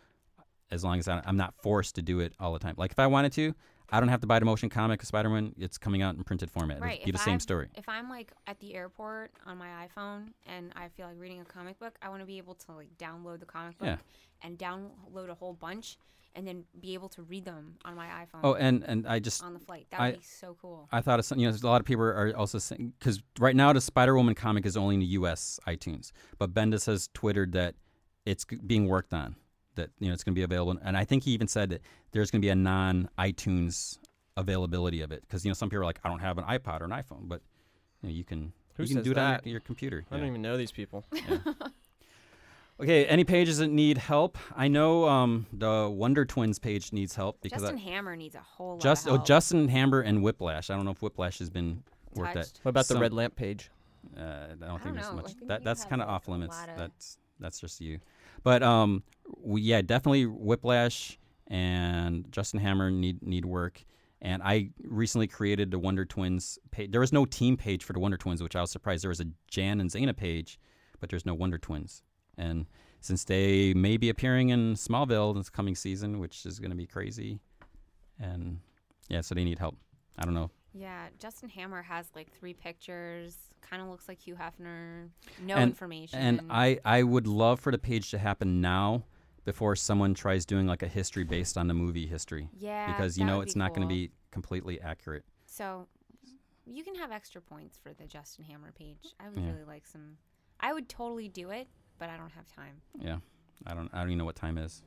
Speaker 1: as long as I, i'm not forced to do it all the time like if i wanted to i don't have to buy the motion comic of spider-man it's coming out in printed format
Speaker 2: Right,
Speaker 1: it'll be
Speaker 2: if
Speaker 1: the same
Speaker 2: I've-
Speaker 1: story
Speaker 2: if I'm like at the airport on my iPhone and I feel like reading a comic book, I want to be able to like download the comic book
Speaker 1: Yeah.
Speaker 2: and download a whole bunch and then be able to read them on my iPhone
Speaker 1: oh and and i just
Speaker 2: on the flight. That would
Speaker 1: I-
Speaker 2: be so cool.
Speaker 1: I thought of something. You know, there's a lot of people are also saying because right now the Spider Woman comic is only in the U.S. iTunes, but Bendis has twittered that it's g- being worked on. That you know it's going to be available, and I think he even said that there's going to be a non iTunes availability of it because you know some people are like, I don't have an iPod or an iPhone, but you, know, you can
Speaker 3: Who
Speaker 1: you can
Speaker 3: says
Speaker 1: do it on
Speaker 3: that?
Speaker 1: your, your computer.
Speaker 3: I don't
Speaker 1: Yeah.
Speaker 3: even know these people.
Speaker 1: Okay, any pages that need help? I know um, the Wonder Twins page needs help because
Speaker 2: Justin
Speaker 1: I,
Speaker 2: Hammer needs a whole
Speaker 1: just
Speaker 2: lot
Speaker 1: oh,
Speaker 2: of help.
Speaker 1: Justin Hammer and Whiplash. I don't know if Whiplash has been worked at.
Speaker 2: Touched.
Speaker 3: What about
Speaker 1: Some-
Speaker 3: the red lamp page?
Speaker 1: Uh, I don't think there's
Speaker 2: know. I
Speaker 1: much.
Speaker 2: think
Speaker 1: That
Speaker 2: you
Speaker 1: that's
Speaker 2: have,
Speaker 1: kind of
Speaker 2: like,
Speaker 1: off
Speaker 2: a
Speaker 1: limits.
Speaker 2: lot of-
Speaker 1: That's that's just you. But um, we, yeah, definitely Whiplash and Justin Hammer need need work. And I recently created the Wonder Twins page. There was no team page for the Wonder Twins, which I was surprised. There was a Jan and Zaina page, but there's no Wonder Twins. And since they may be appearing in Smallville this coming season, which is going to be crazy, and yeah, so they need help. I don't know.
Speaker 2: Yeah, Justin Hammer has like three pictures. Kind of looks like Hugh Hefner. No
Speaker 1: And-
Speaker 2: information.
Speaker 1: And I, I would love for the page to happen now before someone tries doing like a history based on the movie history.
Speaker 2: yeah,
Speaker 1: because you
Speaker 2: that
Speaker 1: know
Speaker 2: would
Speaker 1: it's not going
Speaker 2: cool.
Speaker 1: to be completely accurate.
Speaker 2: So you can have extra points for the Justin Hammer page. I would
Speaker 1: Yeah.
Speaker 2: really like some. I would totally do it, but I don't have time.
Speaker 1: Yeah. I don't I don't even know what time is.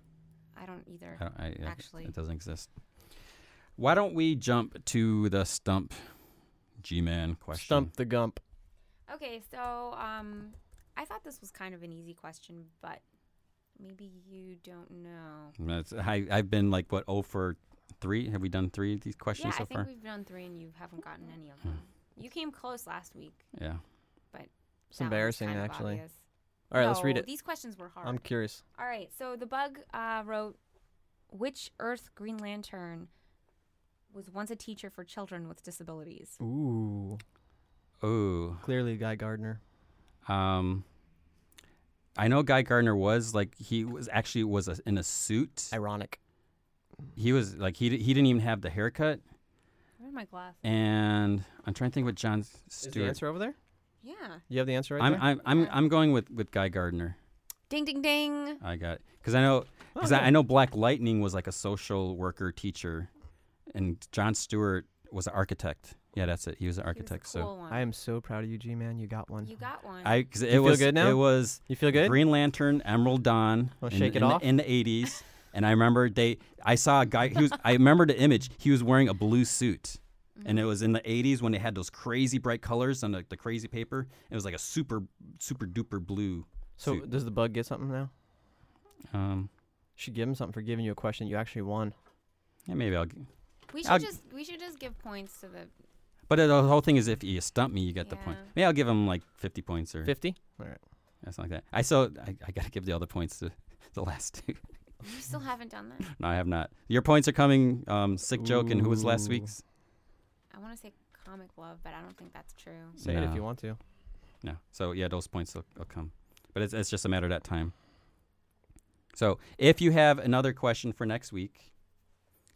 Speaker 2: I don't either.
Speaker 1: I don't, I, yeah,
Speaker 2: Actually.
Speaker 1: it doesn't exist. Why don't we jump to the stump G-man question?
Speaker 3: Stump the Gump.
Speaker 2: Okay, so um, I thought this was kind of an easy question, but maybe you don't know.
Speaker 1: That's, I, I've been like what oh for 3? Have we done 3 of these
Speaker 2: Yeah,
Speaker 1: questions
Speaker 2: I
Speaker 1: so
Speaker 2: think
Speaker 1: far? Hmm.
Speaker 2: we've done three, and you haven't gotten any of them. You came close last week.
Speaker 1: yeah.
Speaker 3: It's
Speaker 2: That one's
Speaker 3: embarrassing,
Speaker 2: kind of
Speaker 3: actually.
Speaker 2: obvious.
Speaker 3: All right, let's read
Speaker 2: No,
Speaker 3: it.
Speaker 2: These questions were hard.
Speaker 3: I'm curious.
Speaker 2: All right, so the bug uh, wrote, "Which Earth Green Lantern was once a teacher for children with disabilities?"
Speaker 3: Ooh,
Speaker 1: Ooh.
Speaker 3: clearly Guy Gardner.
Speaker 1: Um I know Guy Gardner was like he was actually was a, in a suit.
Speaker 3: Ironic.
Speaker 1: He was like he di- he didn't even have the haircut
Speaker 2: Where are my glasses?
Speaker 1: and I'm trying to think what John
Speaker 3: Is the
Speaker 1: Stewart
Speaker 3: answer over there?
Speaker 2: Yeah.
Speaker 3: You have the answer right
Speaker 1: I'm,
Speaker 3: there.
Speaker 1: I'm I'm
Speaker 2: Yeah.
Speaker 1: I'm going with with Guy Gardner.
Speaker 2: Ding ding ding.
Speaker 1: I got because I know
Speaker 3: Oh,
Speaker 1: because I, I know Black Lightning was like a social worker teacher, and John Stewart was an architect. Yeah, that's it. He was an
Speaker 2: He was the
Speaker 1: architect.
Speaker 2: cool one.
Speaker 3: I am so proud of you, G man. You got one.
Speaker 2: you got one.
Speaker 1: so I because it
Speaker 3: feel
Speaker 1: was
Speaker 3: good now?
Speaker 1: it was
Speaker 3: You feel good?
Speaker 1: Green Lantern, Emerald Dawn.
Speaker 3: Wanna
Speaker 1: in,
Speaker 3: shake it
Speaker 1: in the-
Speaker 3: off?
Speaker 1: in the eighties. And I remember they I saw a guy he was I remember the image. He was wearing a blue suit. And it
Speaker 2: Mm.
Speaker 1: was in the 80s when they had those crazy bright colors on the, the crazy paper. It was like a super, super duper blue.
Speaker 3: So
Speaker 1: suit.
Speaker 3: does the bug get something now?
Speaker 1: Um,
Speaker 3: Should give him something for giving you a question you actually won.
Speaker 1: yeah, maybe I'll. g-
Speaker 2: we should
Speaker 1: I'll-
Speaker 2: just we should just give points to the.
Speaker 1: But the whole thing is, if you stump me, you get the point.
Speaker 2: Yeah.
Speaker 1: Maybe I'll give him like fifty points or
Speaker 3: Fifty.
Speaker 1: or something like that. I so I, I gotta give the other points to the last two.
Speaker 2: You still haven't done that.
Speaker 1: no, I have not. Your points are coming. Um, sick joke and who was last
Speaker 3: Ooh.
Speaker 1: week's?
Speaker 2: I want to say comic love, but I don't think that's true.
Speaker 3: Say it if
Speaker 1: No.
Speaker 3: you want to.
Speaker 1: No. So yeah, those points will, will come, but it's it's just a matter of that time. So if you have another question for next week,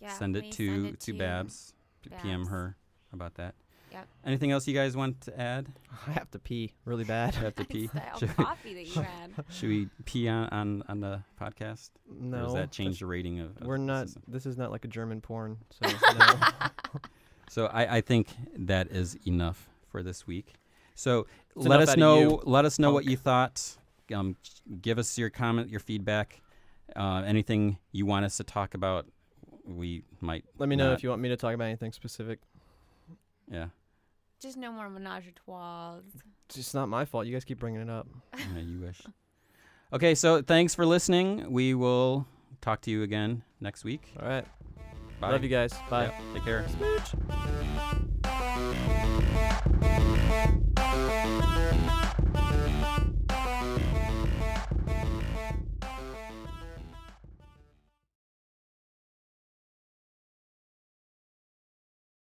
Speaker 2: Yeah.
Speaker 1: send it
Speaker 2: please
Speaker 1: to
Speaker 2: send
Speaker 1: to Babs, p- PM
Speaker 2: Babs.
Speaker 1: her about that.
Speaker 2: Yep.
Speaker 1: Anything else you guys want to add?
Speaker 3: I have to pee really bad.
Speaker 1: Have to pee.
Speaker 2: It's that
Speaker 1: Should-
Speaker 2: coffee that you had.
Speaker 1: Should we pee on, on, on the podcast?
Speaker 3: no.
Speaker 1: Or does that
Speaker 3: that's-
Speaker 1: change the rating of? of
Speaker 3: We're
Speaker 1: the
Speaker 3: not.
Speaker 1: system?
Speaker 3: This is not like a German porn. So no.
Speaker 1: So I, I think that is enough for this week. So
Speaker 3: It's
Speaker 1: let
Speaker 3: enough
Speaker 1: us
Speaker 3: outta
Speaker 1: know.
Speaker 3: you,
Speaker 1: let us know what
Speaker 3: punk.
Speaker 1: you thought. Um, give us your comment, your feedback, uh, anything you want us to talk about. We might.
Speaker 3: Let me know
Speaker 1: not-
Speaker 3: if you want me to talk about anything specific.
Speaker 1: Yeah,
Speaker 2: Just no more menage a trois.
Speaker 3: It's just not my fault. You guys keep bringing it up.
Speaker 1: yeah, you wish. Okay, so thanks for listening. We will talk to you again next week.
Speaker 3: All right.
Speaker 1: Bye.
Speaker 3: Love you guys. Bye.
Speaker 1: Yep, take care.
Speaker 3: Smooch.